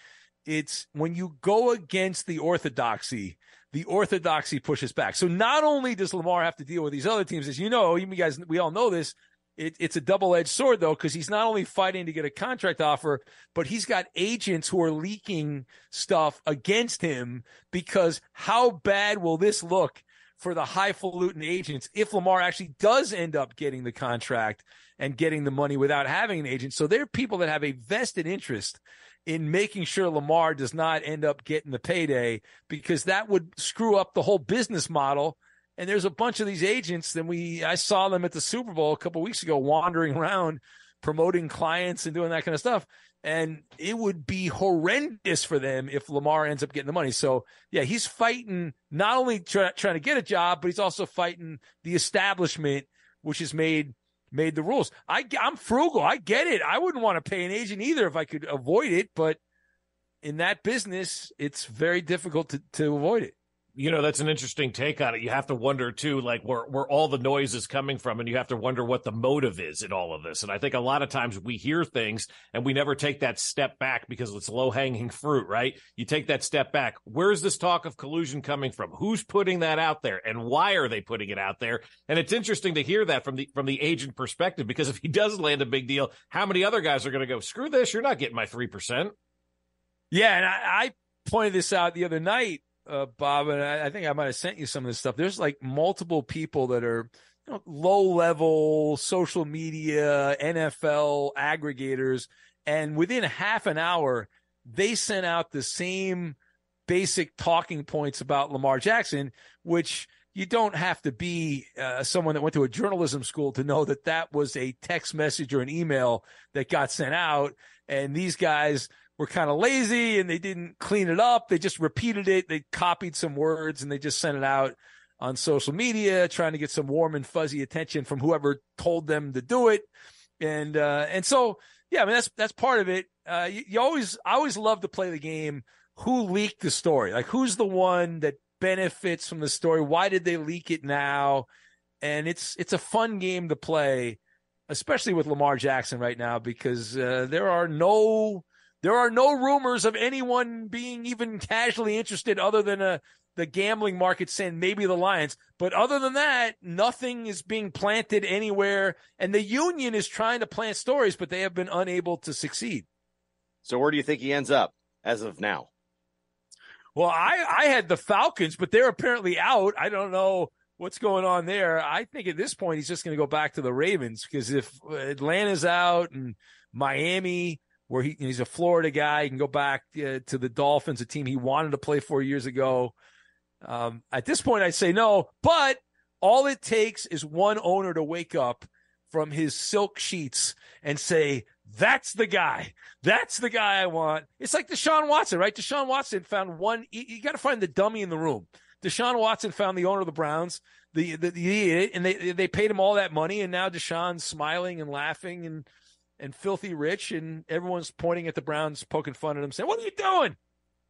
[SPEAKER 6] it's when you go against the orthodoxy, the orthodoxy pushes back. So not only does Lamar have to deal with these other teams, as you know, you guys, we all know this. It, it's a double-edged sword though, because he's not only fighting to get a contract offer, but he's got agents who are leaking stuff against him because how bad will this look for the highfalutin agents if Lamar actually does end up getting the contract and getting the money without having an agent. So there are people that have a vested interest in making sure Lamar does not end up getting the payday because that would screw up the whole business model. And there's a bunch of these agents. Then we, I saw them at the Super Bowl a couple weeks ago wandering around promoting clients and doing that kind of stuff. And it would be horrendous for them if Lamar ends up getting the money. So yeah, he's fighting not only try, trying to get a job, but he's also fighting the establishment, which has made made the rules. I, I'm frugal. I get it. I wouldn't want to pay an agent either if I could avoid it. But in that business, it's very difficult to, to avoid it.
[SPEAKER 1] you know that's an interesting take on it you have to wonder too like where where all the noise is coming from and you have to wonder what the motive is in all of this and i think a lot of times we hear things and we never take that step back because it's low hanging fruit right you take that step back where's this talk of collusion coming from who's putting that out there and why are they putting it out there and it's interesting to hear that from the from the agent perspective because if he does land a big deal how many other guys are going to go screw this you're not getting my 3%
[SPEAKER 6] Yeah, and I, I pointed this out the other night, uh, Bob, and I, I think I might have sent you some of this stuff. There's like multiple people that are you know, low level social media, NFL aggregators, and within half an hour, they sent out the same basic talking points about Lamar Jackson, which you don't have to be uh, someone that went to a journalism school to know that that was a text message or an email that got sent out. And these guys were kind of lazy and they didn't clean it up. They just repeated it. They copied some words and they just sent it out on social media, trying to get some warm and fuzzy attention from whoever told them to do it. And, uh, and so, yeah, I mean, that's, that's part of it. Uh, you, you always, I always love to play the game. Who leaked the story? Like, who's the one that benefits from the story? Why did they leak it now? And it's, it's a fun game to play, especially with Lamar Jackson right now, because, uh, there are no, there are no rumors of anyone being even casually interested other than uh the gambling market saying maybe the Lions. But other than that, nothing is being planted anywhere. And the union is trying to plant stories, but they have been unable to succeed.
[SPEAKER 7] So where do you think he ends up as of now?
[SPEAKER 6] Well, I, I had the Falcons, but they're apparently out. I don't know what's going on there. I think at this point, he's just going to go back to the Ravens because if Atlanta's out and Miami, where he he's a Florida guy. He can go back uh, to the Dolphins, a team he wanted to play four years ago. Um, at this point, I'd say no, but all it takes is one owner to wake up from his silk sheets and say, that's the guy. That's the guy I want. It's like Deshaun Watson, right? Deshaun Watson found one. You, you got to find the dummy in the room. Deshaun Watson found the owner of the Browns, the, the, the idiot, and they, they paid him all that money. And now Deshaun's smiling and laughing and, and filthy rich. And everyone's pointing at the Browns, poking fun at him, saying, what are you doing?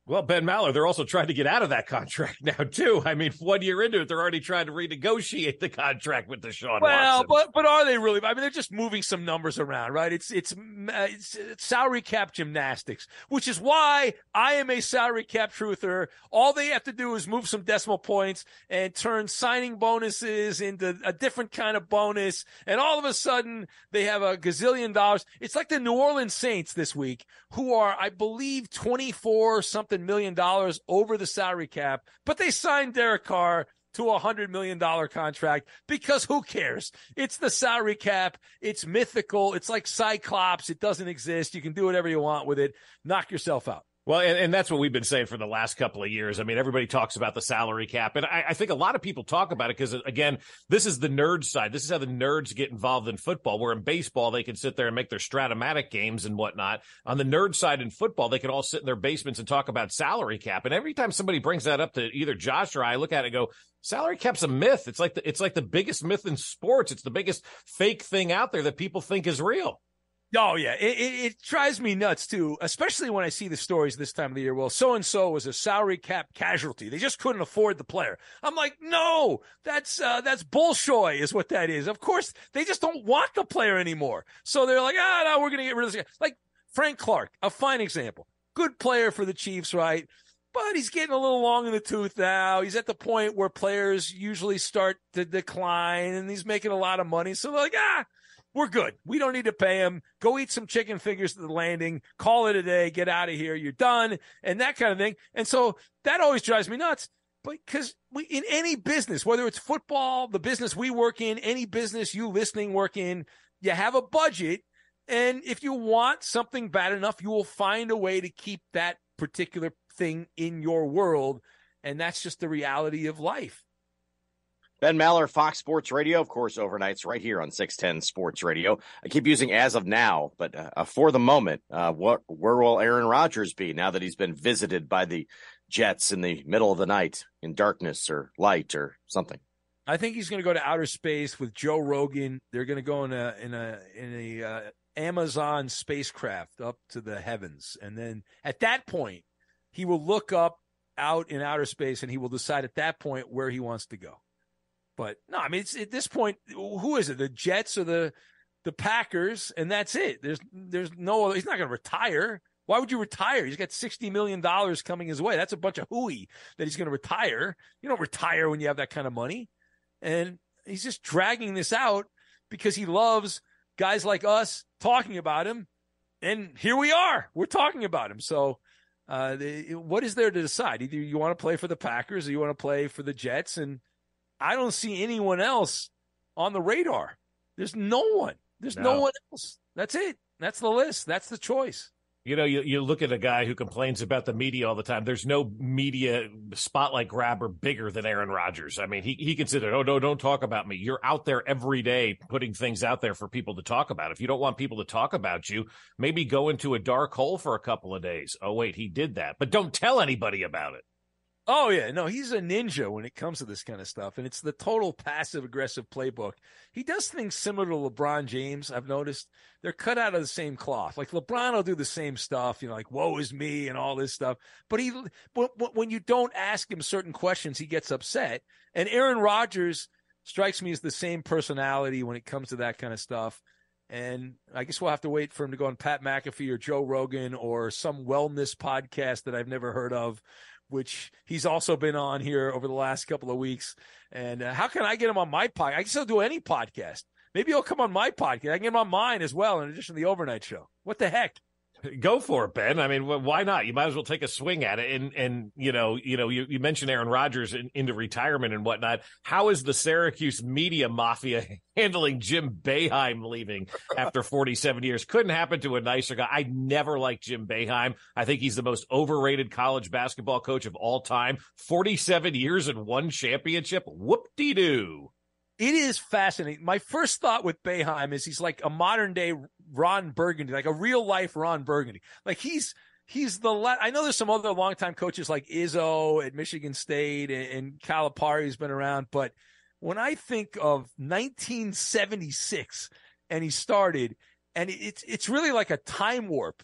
[SPEAKER 1] Well, Ben Maller, they're also trying to get out of that contract (laughs) now too. I mean, one year into it, they're already trying to renegotiate the contract with Deshaun
[SPEAKER 6] Well,
[SPEAKER 1] Watson.
[SPEAKER 6] but but are they really? I mean, they're just moving some numbers around, right? It's it's, uh, it's it's salary cap gymnastics, which is why I am a salary cap truther. All they have to do is move some decimal points and turn signing bonuses into a different kind of bonus, and all of a sudden they have a gazillion dollars. It's like the New Orleans Saints this week, who are I believe twenty four something million dollars over the salary cap, but they signed Derek Carr to a hundred million dollar contract because who cares? It's the salary cap. It's mythical. It's like Cyclops. It doesn't exist. You can do whatever you want with it. Knock yourself out.
[SPEAKER 1] Well, and, and that's what we've been saying for the last couple of years. I mean, everybody talks about the salary cap, and I, I think a lot of people talk about it because, again, this is the nerd side. This is how the nerds get involved in football. Where in baseball, they can sit there and make their stratomatic games and whatnot. On the nerd side in football, they can all sit in their basements and talk about salary cap. And every time somebody brings that up to either Josh or I, I look at it and go, salary cap's a myth. It's like the, it's like the biggest myth in sports. It's the biggest fake thing out there that people think is real.
[SPEAKER 6] Oh yeah, it, it, it drives me nuts too, especially when I see the stories this time of the year. Well, so and so was a salary cap casualty; they just couldn't afford the player. I'm like, no, that's uh, that's bullshoy, is what that is. Of course, they just don't want the player anymore, so they're like, ah, no, we're gonna get rid of this guy. Like Frank Clark, a fine example, good player for the Chiefs, right? But he's getting a little long in the tooth now. He's at the point where players usually start to decline, and he's making a lot of money, so they're like, ah we're good. We don't need to pay him. Go eat some chicken fingers at the landing. Call it a day. Get out of here. You're done. And that kind of thing. And so that always drives me nuts. But because we, in any business, whether it's football, the business we work in, any business you listening work in, you have a budget. And if you want something bad enough, you will find a way to keep that particular thing in your world. And that's just the reality of life.
[SPEAKER 2] Ben Maller, Fox Sports Radio, of course, overnights right here on 610 Sports Radio. I keep using as of now, but uh, for the moment, uh, what where will Aaron Rodgers be now that he's been visited by the Jets in the middle of the night in darkness or light or something?
[SPEAKER 6] I think he's going to go to outer space with Joe Rogan. They're going to go in a in a in a uh, Amazon spacecraft up to the heavens, and then at that point, he will look up out in outer space, and he will decide at that point where he wants to go. But no, I mean, it's at this point, who is it? The Jets or the the Packers, and that's it. There's there's no other. He's not going to retire. Why would you retire? He's got sixty million dollars coming his way. That's a bunch of hooey that he's going to retire. You don't retire when you have that kind of money, and he's just dragging this out because he loves guys like us talking about him. And here we are. We're talking about him. So uh, the, what is there to decide? Either you want to play for the Packers or you want to play for the Jets, and I don't see anyone else on the radar. There's no one. There's no,
[SPEAKER 1] No.
[SPEAKER 6] one else. That's it. That's the list. That's the choice.
[SPEAKER 1] You know, you, you look at a guy who complains about the media all the time. There's no media spotlight grabber bigger than Aaron Rodgers. I mean, he, he considered, oh, no, don't talk about me. You're out there every day putting things out there for people to talk about. If you don't want people to talk about you, maybe go into a dark hole for a couple of days. Oh, wait, he did that, but don't tell anybody about it.
[SPEAKER 6] Oh yeah, no, he's a ninja when it comes to this kind of stuff, and it's the total passive aggressive playbook. He does things similar to LeBron James. I've noticed they're cut out of the same cloth. Like LeBron will do the same stuff, you know, like "woe is me" and all this stuff. But he, but but when you don't ask him certain questions, he gets upset. And Aaron Rodgers strikes me as the same personality when it comes to that kind of stuff. And I guess we'll have to wait for him to go on Pat McAfee or Joe Rogan or some wellness podcast that I've never heard of which he's also been on here over the last couple of weeks. And uh, how can I get him on my podcast? I guess he'll do any podcast. Maybe he'll come on my podcast. I can get him on mine as well, in addition to the overnight show. What the heck?
[SPEAKER 8] Go for it, Ben. I mean, wh- why not? You might as well take a swing at it. And and you know, you know, you, you mentioned Aaron Rodgers in, into retirement and whatnot. How is the Syracuse media mafia (laughs) handling Jim Beheim leaving after 47 years? Couldn't happen to a nicer guy. I never liked Jim Beheim. I think he's the most overrated college basketball coach of all time. 47 years and one championship. Whoop de doo.
[SPEAKER 6] It is fascinating. My first thought with Bayheim is he's like a modern day Ron Burgundy, like a real life Ron Burgundy. Like he's he's the la- I know there's some other longtime coaches like Izzo at Michigan State and, and Calipari's been around, but when I think of 1976 and he started, and it's it's really like a time warp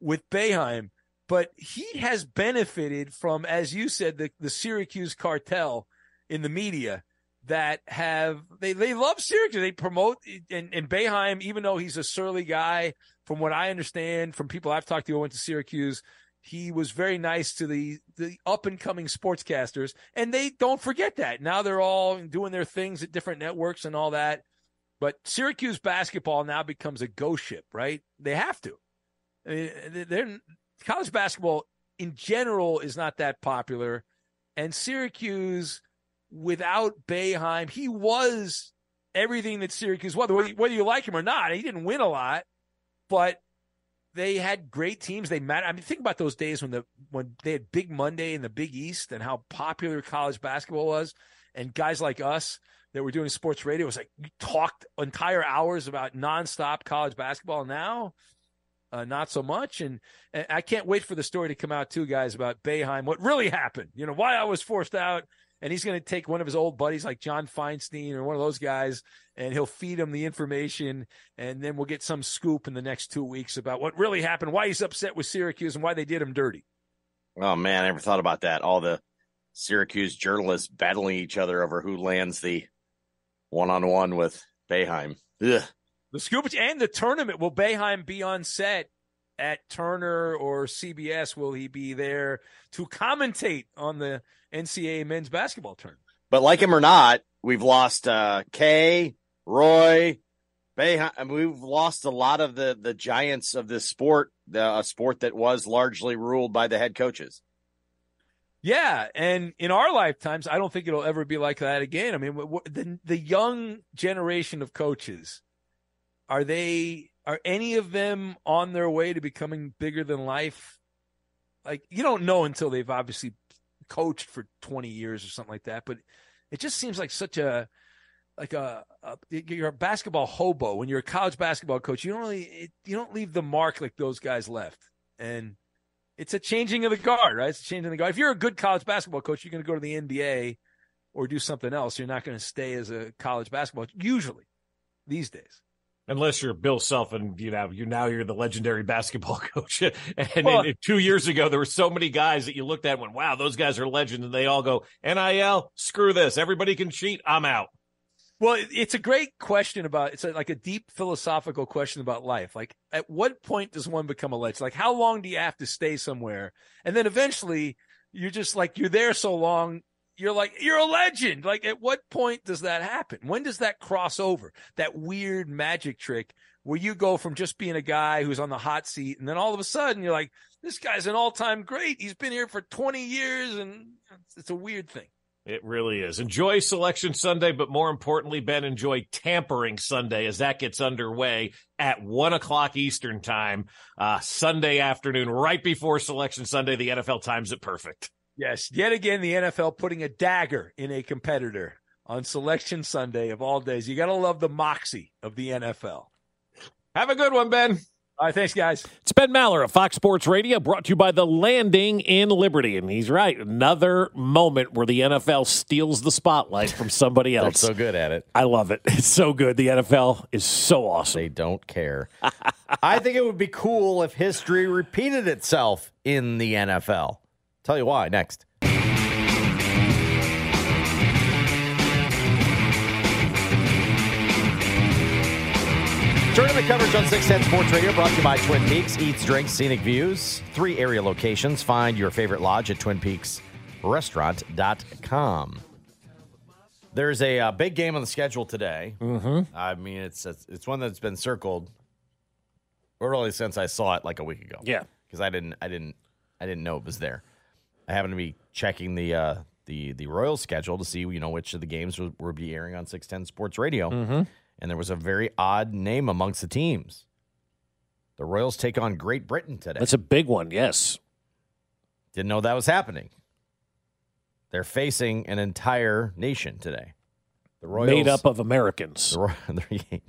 [SPEAKER 6] with Bayheim, but he has benefited from, as you said, the, the Syracuse cartel in the media that have they they love Syracuse. They promote and and Bayheim, even though he's a surly guy, from what I understand from people I've talked to who went to Syracuse, he was very nice to the the up and coming sportscasters, and they don't forget that. Now they're all doing their things at different networks and all that. But Syracuse basketball now becomes a ghost ship, right? They have to. I mean, they're college basketball in general is not that popular, and Syracuse without Bayheim, he was everything that Syracuse was. Whether, whether you like him or not, he didn't win a lot, but they had great teams. They mattered. I mean, think about those days when the when they had Big Monday in the Big East and how popular college basketball was, and guys like us that were doing sports radio was like we talked entire hours about nonstop college basketball. Now. Uh, not so much, and, and I can't wait for the story to come out too, guys, about Bayheim. What really happened? You know why I was forced out, and he's going to take one of his old buddies like John Feinstein or one of those guys, and he'll feed him the information, and then we'll get some scoop in the next two weeks about what really happened, why he's upset with Syracuse, and why they did him dirty.
[SPEAKER 7] Oh man, I never thought about that. All the Syracuse journalists battling each other over who lands the one-on-one with Bayheim. Ugh.
[SPEAKER 6] The scoop and the tournament. Will Bayheim be on set at Turner or CBS? Will he be there to commentate on the NCAA men's basketball tournament?
[SPEAKER 7] But like him or not, we've lost uh, Kay, Roy, Bayheim. I mean, we've lost a lot of the the giants of this sport, the, a sport that was largely ruled by the head coaches.
[SPEAKER 6] Yeah, and in our lifetimes, I don't think it'll ever be like that again. I mean, wh- wh- the the young generation of coaches are they are any of them on their way to becoming bigger than life? Like you don't know until they've obviously coached for 20 years or something like that, but it just seems like such a like a, a you're a basketball hobo when you're a college basketball coach. You don't really it, you don't leave the mark like those guys left. And it's a changing of the guard, right? It's a changing of the guard. If you're a good college basketball coach, you're going to go to the NBA or do something else. You're not going to stay as a college basketball usually these days.
[SPEAKER 8] Unless you're Bill Self and you know you now you're the legendary (laughs) basketball coach. and in-
[SPEAKER 6] Well-
[SPEAKER 8] in two years ago, there were so many guys that you looked at and went, "Wow, those guys are legends," and they all go, "NIL, screw this. Everybody can cheat. I'm out."
[SPEAKER 6] Well, it- it's a great question about it's a, like a deep philosophical question about life. Like, at what point does one become a legend? Like, how long do you have to stay somewhere? And then eventually, you're just like you're there so long, you're like you're a legend. Like, at what point does that happen? When does that cross over? That weird magic trick where you go from just being a guy who's on the hot seat, and then all of a sudden you're like, this guy's an all-time great. He's been here for 20 years, and it's, it's a weird thing.
[SPEAKER 8] It really is. Enjoy Selection Sunday, but more importantly, Ben, enjoy Tampering Sunday as that gets underway at one o'clock Eastern time, uh, Sunday afternoon, right before Selection Sunday. The NFL times it perfect.
[SPEAKER 6] Yes, yet again, the NFL putting a dagger in a competitor on Selection Sunday of all days. You got to love the moxie of the NFL.
[SPEAKER 8] Have a good one, Ben.
[SPEAKER 6] All right, thanks, guys.
[SPEAKER 1] It's Ben Maller of Fox Sports Radio, brought to you by The Landing in Liberty. And he's right. Another moment where the NFL steals the spotlight from
[SPEAKER 2] (laughs)
[SPEAKER 1] somebody
[SPEAKER 2] They're
[SPEAKER 1] else.
[SPEAKER 2] so good at it.
[SPEAKER 1] I love it. It's so good. The NFL is so awesome.
[SPEAKER 2] They don't care. I think it would be cool if history repeated itself in the NFL. Tell you why next. Tournament coverage on 610 Sports Radio brought to you by Twin Peaks. Eats, drinks, scenic views. Three area locations. Find your favorite lodge at twinpeaksrestaurant.com. There's a uh, big game on the schedule today. I mean, it's it's one that's been circled Really, since I saw it like a week ago.
[SPEAKER 1] Yeah.
[SPEAKER 2] because I didn't, I didn't, I didn't know it was there. I happened to be checking the uh, the the Royals schedule to see you know which of the games would, would be airing on six ten Sports Radio,
[SPEAKER 1] Mm-hmm.
[SPEAKER 2] and there was a very odd name amongst the teams. The Royals take on Great Britain today.
[SPEAKER 1] That's a big one. Yes.
[SPEAKER 2] Didn't know that was happening. They're facing an entire nation today. The Royals
[SPEAKER 1] Made up of Americans.
[SPEAKER 2] (laughs) the Roy-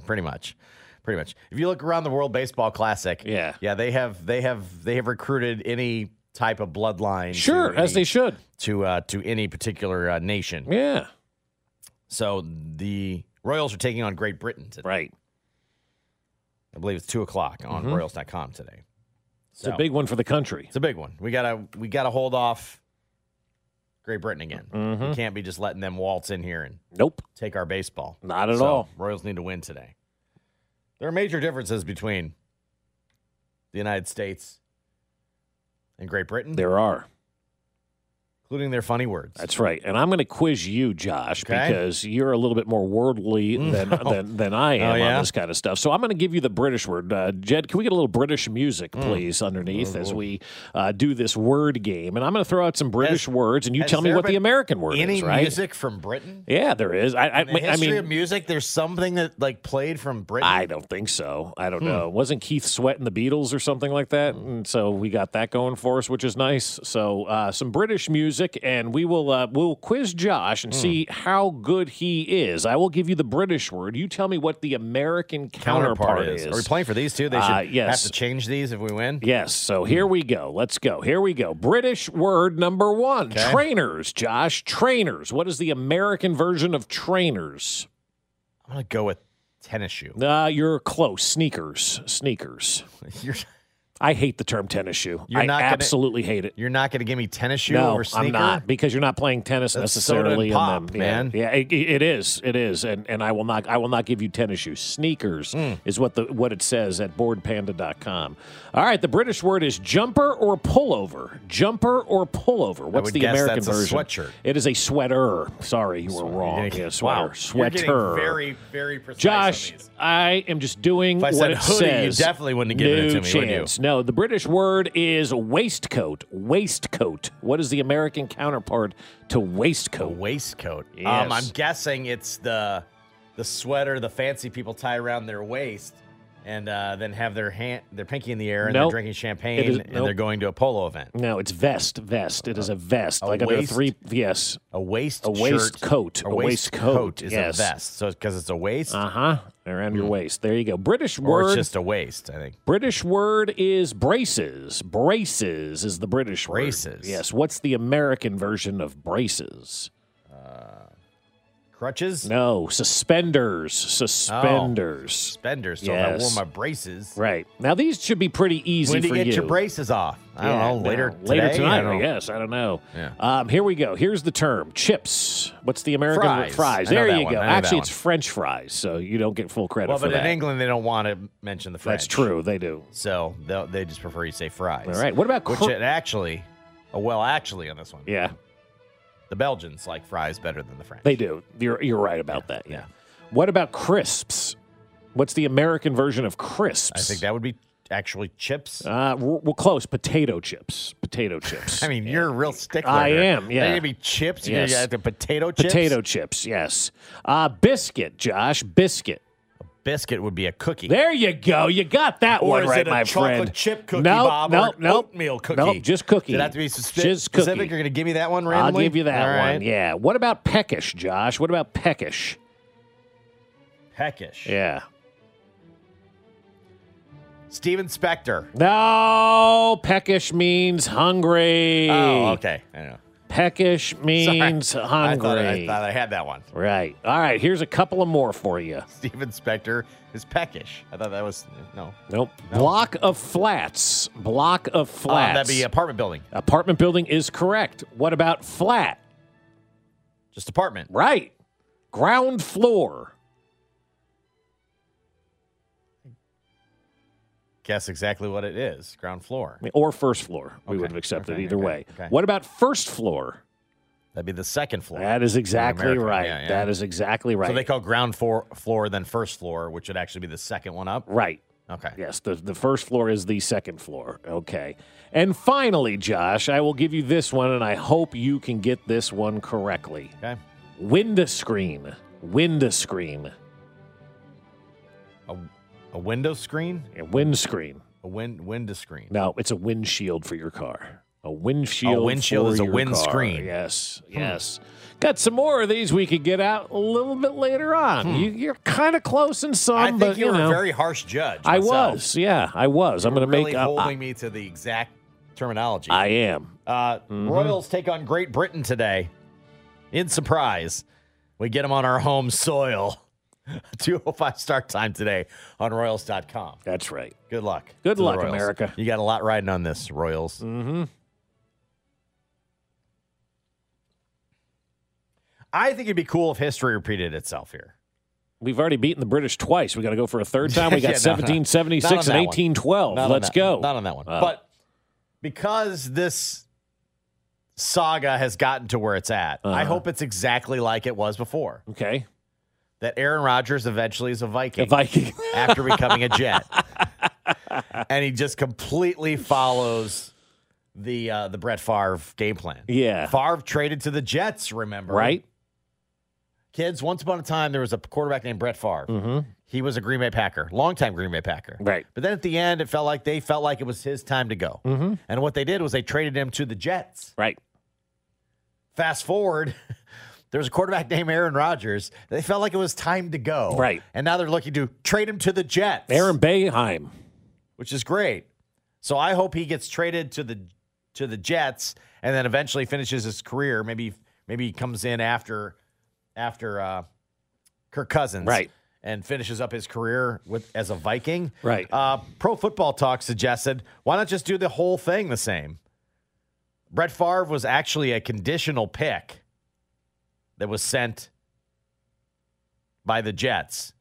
[SPEAKER 2] pretty much, pretty much. If you look around the World Baseball Classic,
[SPEAKER 1] Yeah.
[SPEAKER 2] yeah, they have they have they have recruited any type of bloodline. to
[SPEAKER 1] Sure, as
[SPEAKER 2] any-
[SPEAKER 1] they should.
[SPEAKER 2] to uh, to any particular uh, nation.
[SPEAKER 1] Yeah.
[SPEAKER 2] So the Royals are taking on Great Britain today.
[SPEAKER 1] Right. Mm-hmm.
[SPEAKER 2] I believe it's two o'clock on Royals.com today.
[SPEAKER 1] It's a big one for the country.
[SPEAKER 2] It's a big one. We gotta we gotta hold off Great Britain again.
[SPEAKER 1] Mm-hmm.
[SPEAKER 2] We can't be just letting them waltz in here and
[SPEAKER 1] Nope.
[SPEAKER 2] take our baseball.
[SPEAKER 1] Not at
[SPEAKER 2] So,
[SPEAKER 1] all.
[SPEAKER 2] Royals need to win today. There are major differences between the United States and Great Britain,
[SPEAKER 1] There are.
[SPEAKER 2] including their funny words.
[SPEAKER 1] That's right. And I'm going to quiz you, Josh,
[SPEAKER 2] Okay.
[SPEAKER 1] because you're a little bit more
[SPEAKER 2] (laughs)
[SPEAKER 1] worldly than than, than I am
[SPEAKER 2] Oh, yeah?
[SPEAKER 1] on this kind of stuff. So I'm going to give you the British word. Uh, Jed, can we get a little British music,
[SPEAKER 2] Mm.
[SPEAKER 1] please, underneath
[SPEAKER 2] Mm-hmm.
[SPEAKER 1] as we uh, do this word game? And I'm going to throw out some British words, and you
[SPEAKER 2] has
[SPEAKER 1] tell me
[SPEAKER 2] there
[SPEAKER 1] what the
[SPEAKER 2] been
[SPEAKER 1] American word
[SPEAKER 2] Any
[SPEAKER 1] is, right?
[SPEAKER 2] music from Britain?
[SPEAKER 1] Yeah, there is. I, I,
[SPEAKER 2] In the
[SPEAKER 1] I
[SPEAKER 2] history
[SPEAKER 1] mean,
[SPEAKER 2] of music, there's something that like played from Britain.
[SPEAKER 1] I don't think so. I
[SPEAKER 2] Hmm.
[SPEAKER 1] don't know. Wasn't Keith Sweat in the Beatles or something like that? And so we got that going for us, which is nice. So uh, some British music, and we will uh, we'll quiz Josh and see
[SPEAKER 2] Hmm.
[SPEAKER 1] how good he is. I will give you the British word. You tell me what the American counterpart, is.
[SPEAKER 2] Are we playing for these two? They should
[SPEAKER 1] Uh, yes.
[SPEAKER 2] have to change these if we win.
[SPEAKER 1] Yes. So here
[SPEAKER 2] Hmm.
[SPEAKER 1] we go. Let's go. Here we go. British word number one: trainers. Josh, trainers. What is the American version of trainers?
[SPEAKER 2] I'm gonna go with tennis shoe. (laughs)
[SPEAKER 1] Uh, you're close. Sneakers. Sneakers.
[SPEAKER 2] You're
[SPEAKER 1] I hate the term tennis shoe.
[SPEAKER 2] You're
[SPEAKER 1] I
[SPEAKER 2] not gonna-
[SPEAKER 1] absolutely hate it.
[SPEAKER 2] you're not gonna give me tennis shoe
[SPEAKER 1] No,
[SPEAKER 2] over sneaker.
[SPEAKER 1] I'm not because you're not playing tennis
[SPEAKER 2] That's soda and
[SPEAKER 1] necessarily in
[SPEAKER 2] pop,
[SPEAKER 1] them.
[SPEAKER 2] man.
[SPEAKER 1] Yeah, yeah it, it is. It is, and and I will not. I will not give you tennis shoes. Sneakers
[SPEAKER 2] Hmm.
[SPEAKER 1] is what the what it says at boardpanda.com. All right, the British word is jumper or pullover. Jumper or pullover. What's
[SPEAKER 2] would
[SPEAKER 1] the
[SPEAKER 2] guess
[SPEAKER 1] American
[SPEAKER 2] that's a
[SPEAKER 1] version?
[SPEAKER 2] sweatshirt.
[SPEAKER 1] It is a sweater. Sorry, you were
[SPEAKER 2] You're
[SPEAKER 1] wrong.
[SPEAKER 2] getting-
[SPEAKER 1] Yeah, sweater.
[SPEAKER 2] Wow,
[SPEAKER 1] Sweater.
[SPEAKER 2] You're getting very, very precise.
[SPEAKER 1] Josh,
[SPEAKER 2] on these.
[SPEAKER 1] I am just doing
[SPEAKER 2] If I
[SPEAKER 1] what
[SPEAKER 2] said
[SPEAKER 1] it
[SPEAKER 2] hoodie, you
[SPEAKER 1] says.
[SPEAKER 2] definitely wouldn't have given
[SPEAKER 1] no
[SPEAKER 2] it to me, would you?
[SPEAKER 1] chance. No, the British word is waistcoat. Waistcoat. What is the American counterpart to
[SPEAKER 2] a
[SPEAKER 1] waistcoat?
[SPEAKER 2] waistcoat.
[SPEAKER 1] Yes.
[SPEAKER 2] Um, I'm guessing it's the the sweater the fancy people tie around their waist. And uh, then have their hand, their pinky in the air, and
[SPEAKER 1] Nope.
[SPEAKER 2] they're drinking champagne,
[SPEAKER 1] It is-
[SPEAKER 2] and
[SPEAKER 1] nope.
[SPEAKER 2] they're going to a polo event.
[SPEAKER 1] No, it's vest. Vest. It is a vest.
[SPEAKER 2] a
[SPEAKER 1] like under
[SPEAKER 2] waist-
[SPEAKER 1] three. Yes.
[SPEAKER 2] A waist,
[SPEAKER 1] A waistcoat.
[SPEAKER 2] shirt,
[SPEAKER 1] A waistcoat,
[SPEAKER 2] a waistcoat is
[SPEAKER 1] yes.
[SPEAKER 2] a vest. So because it's a waist,
[SPEAKER 1] Uh huh. Around your waist. There you go. British
[SPEAKER 2] Hmm. or it's
[SPEAKER 1] word.
[SPEAKER 2] just a waist. I think
[SPEAKER 1] British word is braces. Braces is the British word.
[SPEAKER 2] Braces.
[SPEAKER 1] Yes. What's the American version of braces?
[SPEAKER 2] crutches,
[SPEAKER 1] No, suspenders.
[SPEAKER 2] Oh.
[SPEAKER 1] Suspenders.
[SPEAKER 2] spenders. So if I wore
[SPEAKER 1] Yes.
[SPEAKER 2] my braces,
[SPEAKER 1] Right. Now these should be pretty easy
[SPEAKER 2] when do
[SPEAKER 1] for
[SPEAKER 2] you get
[SPEAKER 1] you.
[SPEAKER 2] your braces off? I don't
[SPEAKER 1] Yeah,
[SPEAKER 2] know. Later,
[SPEAKER 1] no, later
[SPEAKER 2] today? I
[SPEAKER 1] tonight.
[SPEAKER 2] don't know.
[SPEAKER 1] yes, I don't know.
[SPEAKER 2] Yeah.
[SPEAKER 1] Um, here we go. Here's the term: chips. What's the American
[SPEAKER 2] Fries. I know
[SPEAKER 1] There
[SPEAKER 2] that
[SPEAKER 1] you
[SPEAKER 2] one.
[SPEAKER 1] go.
[SPEAKER 2] I know that
[SPEAKER 1] Actually, it's
[SPEAKER 2] one.
[SPEAKER 1] French fries, so you don't get full credit
[SPEAKER 2] Well,
[SPEAKER 1] for
[SPEAKER 2] but
[SPEAKER 1] that.
[SPEAKER 2] in England, they don't want to mention the French.
[SPEAKER 1] That's true. They do.
[SPEAKER 2] So they'll- they just prefer you say fries.
[SPEAKER 1] All right. What about
[SPEAKER 2] Which
[SPEAKER 1] cr-
[SPEAKER 2] it actually, oh, well, actually on this one,
[SPEAKER 1] yeah,
[SPEAKER 2] the Belgians like fries better than the French.
[SPEAKER 1] they do. You're you're right about that. Yeah.
[SPEAKER 2] yeah.
[SPEAKER 1] What about crisps? What's the American version of crisps?
[SPEAKER 2] I think that would be actually chips.
[SPEAKER 1] Uh, we're, we're close. Potato chips. Potato chips.
[SPEAKER 2] (laughs) I mean, you're a real stickler.
[SPEAKER 1] I
[SPEAKER 2] here.
[SPEAKER 1] am, yeah.
[SPEAKER 2] They're gonna be chips. You're
[SPEAKER 1] Yes.
[SPEAKER 2] gonna get the potato chips.
[SPEAKER 1] potato chips. Yes. Uh, biscuit, Josh. Biscuit.
[SPEAKER 2] biscuit would be a cookie.
[SPEAKER 1] There you go. You got that
[SPEAKER 2] Or
[SPEAKER 1] one
[SPEAKER 2] is
[SPEAKER 1] right,
[SPEAKER 2] it a
[SPEAKER 1] my
[SPEAKER 2] chocolate
[SPEAKER 1] friend.
[SPEAKER 2] chip cookie,
[SPEAKER 1] no,
[SPEAKER 2] Bob,
[SPEAKER 1] no,
[SPEAKER 2] or an
[SPEAKER 1] no.
[SPEAKER 2] oatmeal cookie?
[SPEAKER 1] No, just cookie.
[SPEAKER 2] Does it have to be specific?
[SPEAKER 1] Just
[SPEAKER 2] specific?
[SPEAKER 1] cookie.
[SPEAKER 2] You're gonna give me that one
[SPEAKER 1] I'll
[SPEAKER 2] randomly.
[SPEAKER 1] give you that
[SPEAKER 2] All
[SPEAKER 1] one.
[SPEAKER 2] right.
[SPEAKER 1] Yeah. What about peckish, Josh? What about peckish?
[SPEAKER 2] Peckish.
[SPEAKER 1] Yeah.
[SPEAKER 2] Steven Spector.
[SPEAKER 1] No, peckish means hungry.
[SPEAKER 2] Oh, okay. I know.
[SPEAKER 1] Peckish
[SPEAKER 2] Sorry.
[SPEAKER 1] means
[SPEAKER 2] (laughs) I
[SPEAKER 1] hungry.
[SPEAKER 2] thought I, I thought I had that one.
[SPEAKER 1] Right. All right. Here's a couple of more for you.
[SPEAKER 2] Steven Spector is peckish. I thought that was no.
[SPEAKER 1] Nope. Block of flats. Block of
[SPEAKER 2] Oh,
[SPEAKER 1] flats.
[SPEAKER 2] that'd be apartment building.
[SPEAKER 1] Apartment building is correct. What about flat?
[SPEAKER 2] Just apartment.
[SPEAKER 1] Right. Ground floor.
[SPEAKER 2] Guess exactly what it is. Ground floor.
[SPEAKER 1] or first floor. We
[SPEAKER 2] Okay.
[SPEAKER 1] would have accepted
[SPEAKER 2] Okay,
[SPEAKER 1] either
[SPEAKER 2] okay,
[SPEAKER 1] way.
[SPEAKER 2] okay.
[SPEAKER 1] What about first floor?
[SPEAKER 2] That'd be the second floor.
[SPEAKER 1] That is exactly
[SPEAKER 2] American,
[SPEAKER 1] right.
[SPEAKER 2] yeah, yeah.
[SPEAKER 1] That is exactly right.
[SPEAKER 2] So they call ground floor floor then first floor, which would actually be the second one up.
[SPEAKER 1] right.
[SPEAKER 2] Okay.
[SPEAKER 1] Yes, the, the first floor is the second floor. Okay. And finally, Josh, I will give you this one, and I hope you can get this one correctly.
[SPEAKER 2] Okay.
[SPEAKER 1] Windowscreen. Windowscreen.
[SPEAKER 2] A, a window screen?
[SPEAKER 1] Yeah, windscreen.
[SPEAKER 2] A win window screen.
[SPEAKER 1] No, it's a windshield for your car. A windshield.
[SPEAKER 2] A windshield
[SPEAKER 1] for
[SPEAKER 2] is a
[SPEAKER 1] your
[SPEAKER 2] windscreen. Hmm.
[SPEAKER 1] car. Yes, yes. Got some more of these we could get out a little bit later on. You, you're kind of close in some,
[SPEAKER 2] Hmm. I think
[SPEAKER 1] but
[SPEAKER 2] you were
[SPEAKER 1] know,
[SPEAKER 2] a very harsh judge.
[SPEAKER 1] I
[SPEAKER 2] myself.
[SPEAKER 1] was. Yeah, I was. I'm
[SPEAKER 2] You're
[SPEAKER 1] going to
[SPEAKER 2] really
[SPEAKER 1] make. I-
[SPEAKER 2] holding me to the exact terminology.
[SPEAKER 1] I Mm-hmm. am.
[SPEAKER 2] Uh, Royals take on Great Britain today. In surprise, we get them on our home soil. (laughs) 205 start time today on Royals.com.
[SPEAKER 1] That's right.
[SPEAKER 2] Good luck.
[SPEAKER 1] Good
[SPEAKER 2] to the
[SPEAKER 1] luck,
[SPEAKER 2] Royals.
[SPEAKER 1] America.
[SPEAKER 2] You got a lot riding on this, Royals.
[SPEAKER 1] Mm-hmm.
[SPEAKER 2] I think it'd be cool if history repeated itself here.
[SPEAKER 1] We've already beaten the British twice. We got to go for a third time.
[SPEAKER 2] (laughs)
[SPEAKER 1] We got
[SPEAKER 2] Yeah, no, no.
[SPEAKER 1] 1776
[SPEAKER 2] Not on that
[SPEAKER 1] and
[SPEAKER 2] one.
[SPEAKER 1] 1812.
[SPEAKER 2] Not on
[SPEAKER 1] Let's
[SPEAKER 2] that-
[SPEAKER 1] go. Uh.
[SPEAKER 2] Not on that one.
[SPEAKER 1] Wow.
[SPEAKER 2] But because this saga has gotten to where it's at, I
[SPEAKER 1] Uh-huh.
[SPEAKER 2] hope it's exactly like it was before.
[SPEAKER 1] okay.
[SPEAKER 2] That Aaron Rodgers eventually is a Viking.
[SPEAKER 1] The Viking.
[SPEAKER 2] (laughs) after becoming a Jet, and he just completely follows the uh, the Brett Favre game plan.
[SPEAKER 1] (laughs) Yeah.
[SPEAKER 2] (laughs) Favre traded to the Jets. Remember,
[SPEAKER 1] right?
[SPEAKER 2] Kids, once upon a time there was a quarterback named Brett Favre. He was a Green Bay Packer, longtime Green Bay Packer.
[SPEAKER 1] Mm-hmm. Right.
[SPEAKER 2] But then at the end, it felt like they felt like it was his time to go.
[SPEAKER 1] Mm-hmm.
[SPEAKER 2] And what they did was they traded him to the Jets.
[SPEAKER 1] Right.
[SPEAKER 2] Fast forward. (laughs) There was a quarterback named Aaron Rodgers. They felt like it was time to go.
[SPEAKER 1] Right.
[SPEAKER 2] And now they're looking to trade him to the Jets
[SPEAKER 1] Aaron Bayheim.
[SPEAKER 2] which is great. So I hope he gets traded to the to the Jets and then eventually finishes his career. Maybe maybe he comes in after after uh, Kirk Cousins,
[SPEAKER 1] Right.
[SPEAKER 2] and finishes up his career with as a Viking,
[SPEAKER 1] Right.
[SPEAKER 2] Uh, Pro Football Talk suggested why not just do the whole thing the same. Brett Favre was actually a conditional pick that was sent by the Jets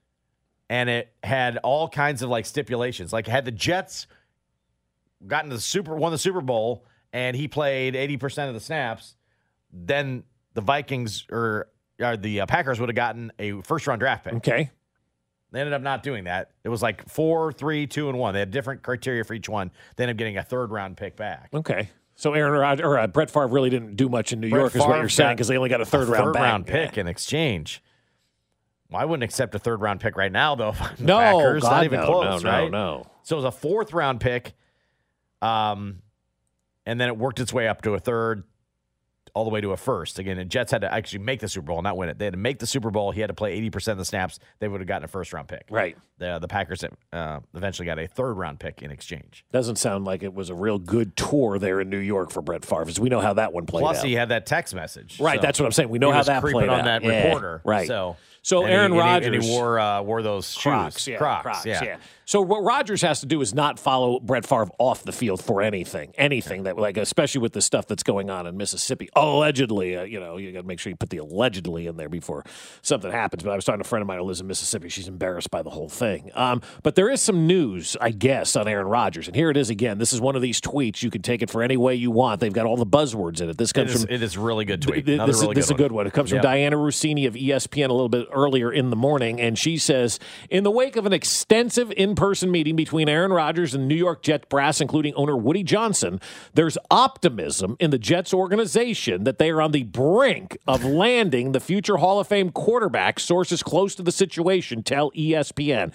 [SPEAKER 2] and it had all kinds of like stipulations. Like had the Jets gotten to the Super won the Super Bowl and he played 80% of the snaps, then the Vikings or, or the uh, Packers would have gotten a first round draft pick.
[SPEAKER 1] Okay.
[SPEAKER 2] They ended up not doing that. It was like four, three, two, and one. They had different criteria for each one. They ended up getting a third round pick back.
[SPEAKER 1] Okay. So Aaron Rodgers or uh, Brett Favre really didn't do much in New
[SPEAKER 2] Brett
[SPEAKER 1] York, is what
[SPEAKER 2] Favre
[SPEAKER 1] you're saying,
[SPEAKER 2] got
[SPEAKER 1] because they only got a third round
[SPEAKER 2] third
[SPEAKER 1] back.
[SPEAKER 2] round pick in exchange. Well, I wouldn't accept a third round pick right now, though. if I'm the
[SPEAKER 1] No,
[SPEAKER 2] Packers.
[SPEAKER 1] God,
[SPEAKER 2] not even
[SPEAKER 1] no,
[SPEAKER 2] close,
[SPEAKER 1] no, no,
[SPEAKER 2] right?
[SPEAKER 1] no.
[SPEAKER 2] So it was a fourth round pick. Um, and then it worked its way up to a third, all the way to a first. Again, the Jets had to actually make the Super Bowl, not win it. They had to make the Super Bowl. He had to play 80% of the snaps. They would have gotten a first round pick.
[SPEAKER 1] Right.
[SPEAKER 2] The, the Packers uh, eventually got a third round pick in exchange.
[SPEAKER 1] Doesn't sound like it was a real good tour there in New York for Brett Favre, because we know how that one played
[SPEAKER 2] Plus,
[SPEAKER 1] out.
[SPEAKER 2] he had that text message.
[SPEAKER 1] right.
[SPEAKER 2] So
[SPEAKER 1] that's what I'm saying. We know
[SPEAKER 2] he
[SPEAKER 1] how
[SPEAKER 2] was
[SPEAKER 1] that
[SPEAKER 2] creeping
[SPEAKER 1] played
[SPEAKER 2] on
[SPEAKER 1] out.
[SPEAKER 2] that
[SPEAKER 1] Yeah,
[SPEAKER 2] reporter.
[SPEAKER 1] Right.
[SPEAKER 2] So.
[SPEAKER 1] So
[SPEAKER 2] and he-
[SPEAKER 1] Aaron
[SPEAKER 2] and he- and
[SPEAKER 1] Rodgers-
[SPEAKER 2] he wore uh, wore those shoes,
[SPEAKER 1] Crocs, yeah, Crocs, yeah. So what Rogers has to do is not follow Brett Favre off the field for anything, anything that like, especially with the stuff that's going on in Mississippi. Allegedly, uh, you know, you got to make sure you put the allegedly in there before something happens. But I was talking to a friend of mine who lives in Mississippi. She's embarrassed by the whole thing. Um, but there is some news, I guess, on Aaron Rodgers, and here it is again. This is one of these tweets you can take it for any way you want. They've got all the buzzwords in it. This
[SPEAKER 2] It
[SPEAKER 1] comes
[SPEAKER 2] is,
[SPEAKER 1] from
[SPEAKER 2] it is really good
[SPEAKER 1] Th-
[SPEAKER 2] tweet.
[SPEAKER 1] th-
[SPEAKER 2] Another
[SPEAKER 1] This,
[SPEAKER 2] really
[SPEAKER 1] is, this is a
[SPEAKER 2] good
[SPEAKER 1] good one. It comes from
[SPEAKER 2] Yep.
[SPEAKER 1] Diana Rossini of E ESPN a little bit earlier in the morning, and she says, in the wake of an extensive in-person meeting between Aaron Rodgers and New York Jet brass, including owner Woody Johnson, there's optimism in the Jets organization that they are on the brink of landing the future Hall of Fame quarterback. Sources close to the situation tell E ESPN.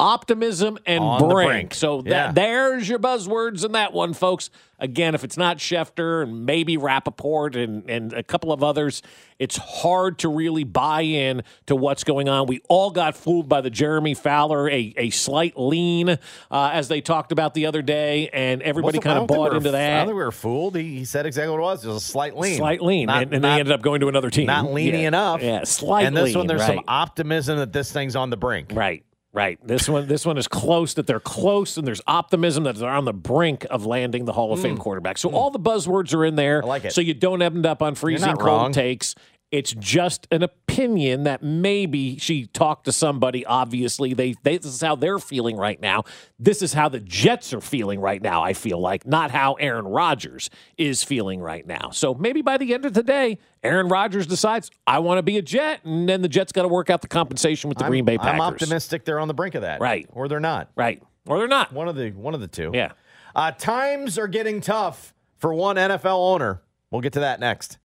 [SPEAKER 1] Optimism and
[SPEAKER 2] On the
[SPEAKER 1] brink.
[SPEAKER 2] brink.
[SPEAKER 1] So that,
[SPEAKER 2] Yeah.
[SPEAKER 1] there's your buzzwords in that one, folks. Again, if it's not Schefter and maybe Rappaport and, and a couple of others, it's hard to really buy in to what's going on. We all got fooled by the Jeremy Fowler, a, a slight lean, uh, as they talked about the other day, and everybody
[SPEAKER 2] Most
[SPEAKER 1] kind
[SPEAKER 2] I
[SPEAKER 1] of
[SPEAKER 2] don't think
[SPEAKER 1] bought
[SPEAKER 2] we
[SPEAKER 1] into
[SPEAKER 2] were- I don't
[SPEAKER 1] that.
[SPEAKER 2] think we were fooled. He, he said exactly what it was. It was a slight lean.
[SPEAKER 1] Slight lean,
[SPEAKER 2] Not-
[SPEAKER 1] and, and
[SPEAKER 2] not-
[SPEAKER 1] they ended up going to another team.
[SPEAKER 2] not leaning
[SPEAKER 1] yeah.
[SPEAKER 2] enough.
[SPEAKER 1] Yeah, slightly.
[SPEAKER 2] And this one, there's
[SPEAKER 1] right.
[SPEAKER 2] some optimism that this thing's on the brink.
[SPEAKER 1] Right. Right. This one this one is close that they're close and there's optimism that they're on the brink of landing the Hall of Fame quarterback. So all the buzzwords are in there.
[SPEAKER 2] Mm. I like it.
[SPEAKER 1] So you don't end up on freezing
[SPEAKER 2] not
[SPEAKER 1] cold
[SPEAKER 2] wrong.
[SPEAKER 1] takes. It's just an opinion that maybe she talked to somebody. Obviously, they, they this is how they're feeling right now. This is how the Jets are feeling right now, I feel like, not how Aaron Rodgers is feeling right now. So maybe by the end of today, Aaron Rodgers decides, I want to be a Jet, and then the Jets got to work out the compensation with the
[SPEAKER 2] I'm-
[SPEAKER 1] Green Bay
[SPEAKER 2] I'm
[SPEAKER 1] Packers.
[SPEAKER 2] optimistic they're on the brink of that.
[SPEAKER 1] Right.
[SPEAKER 2] Or they're not.
[SPEAKER 1] Right. or they're not.
[SPEAKER 2] One of the one of the two.
[SPEAKER 1] Yeah.
[SPEAKER 2] Uh, times are getting tough for one NFL owner. We'll get to that next.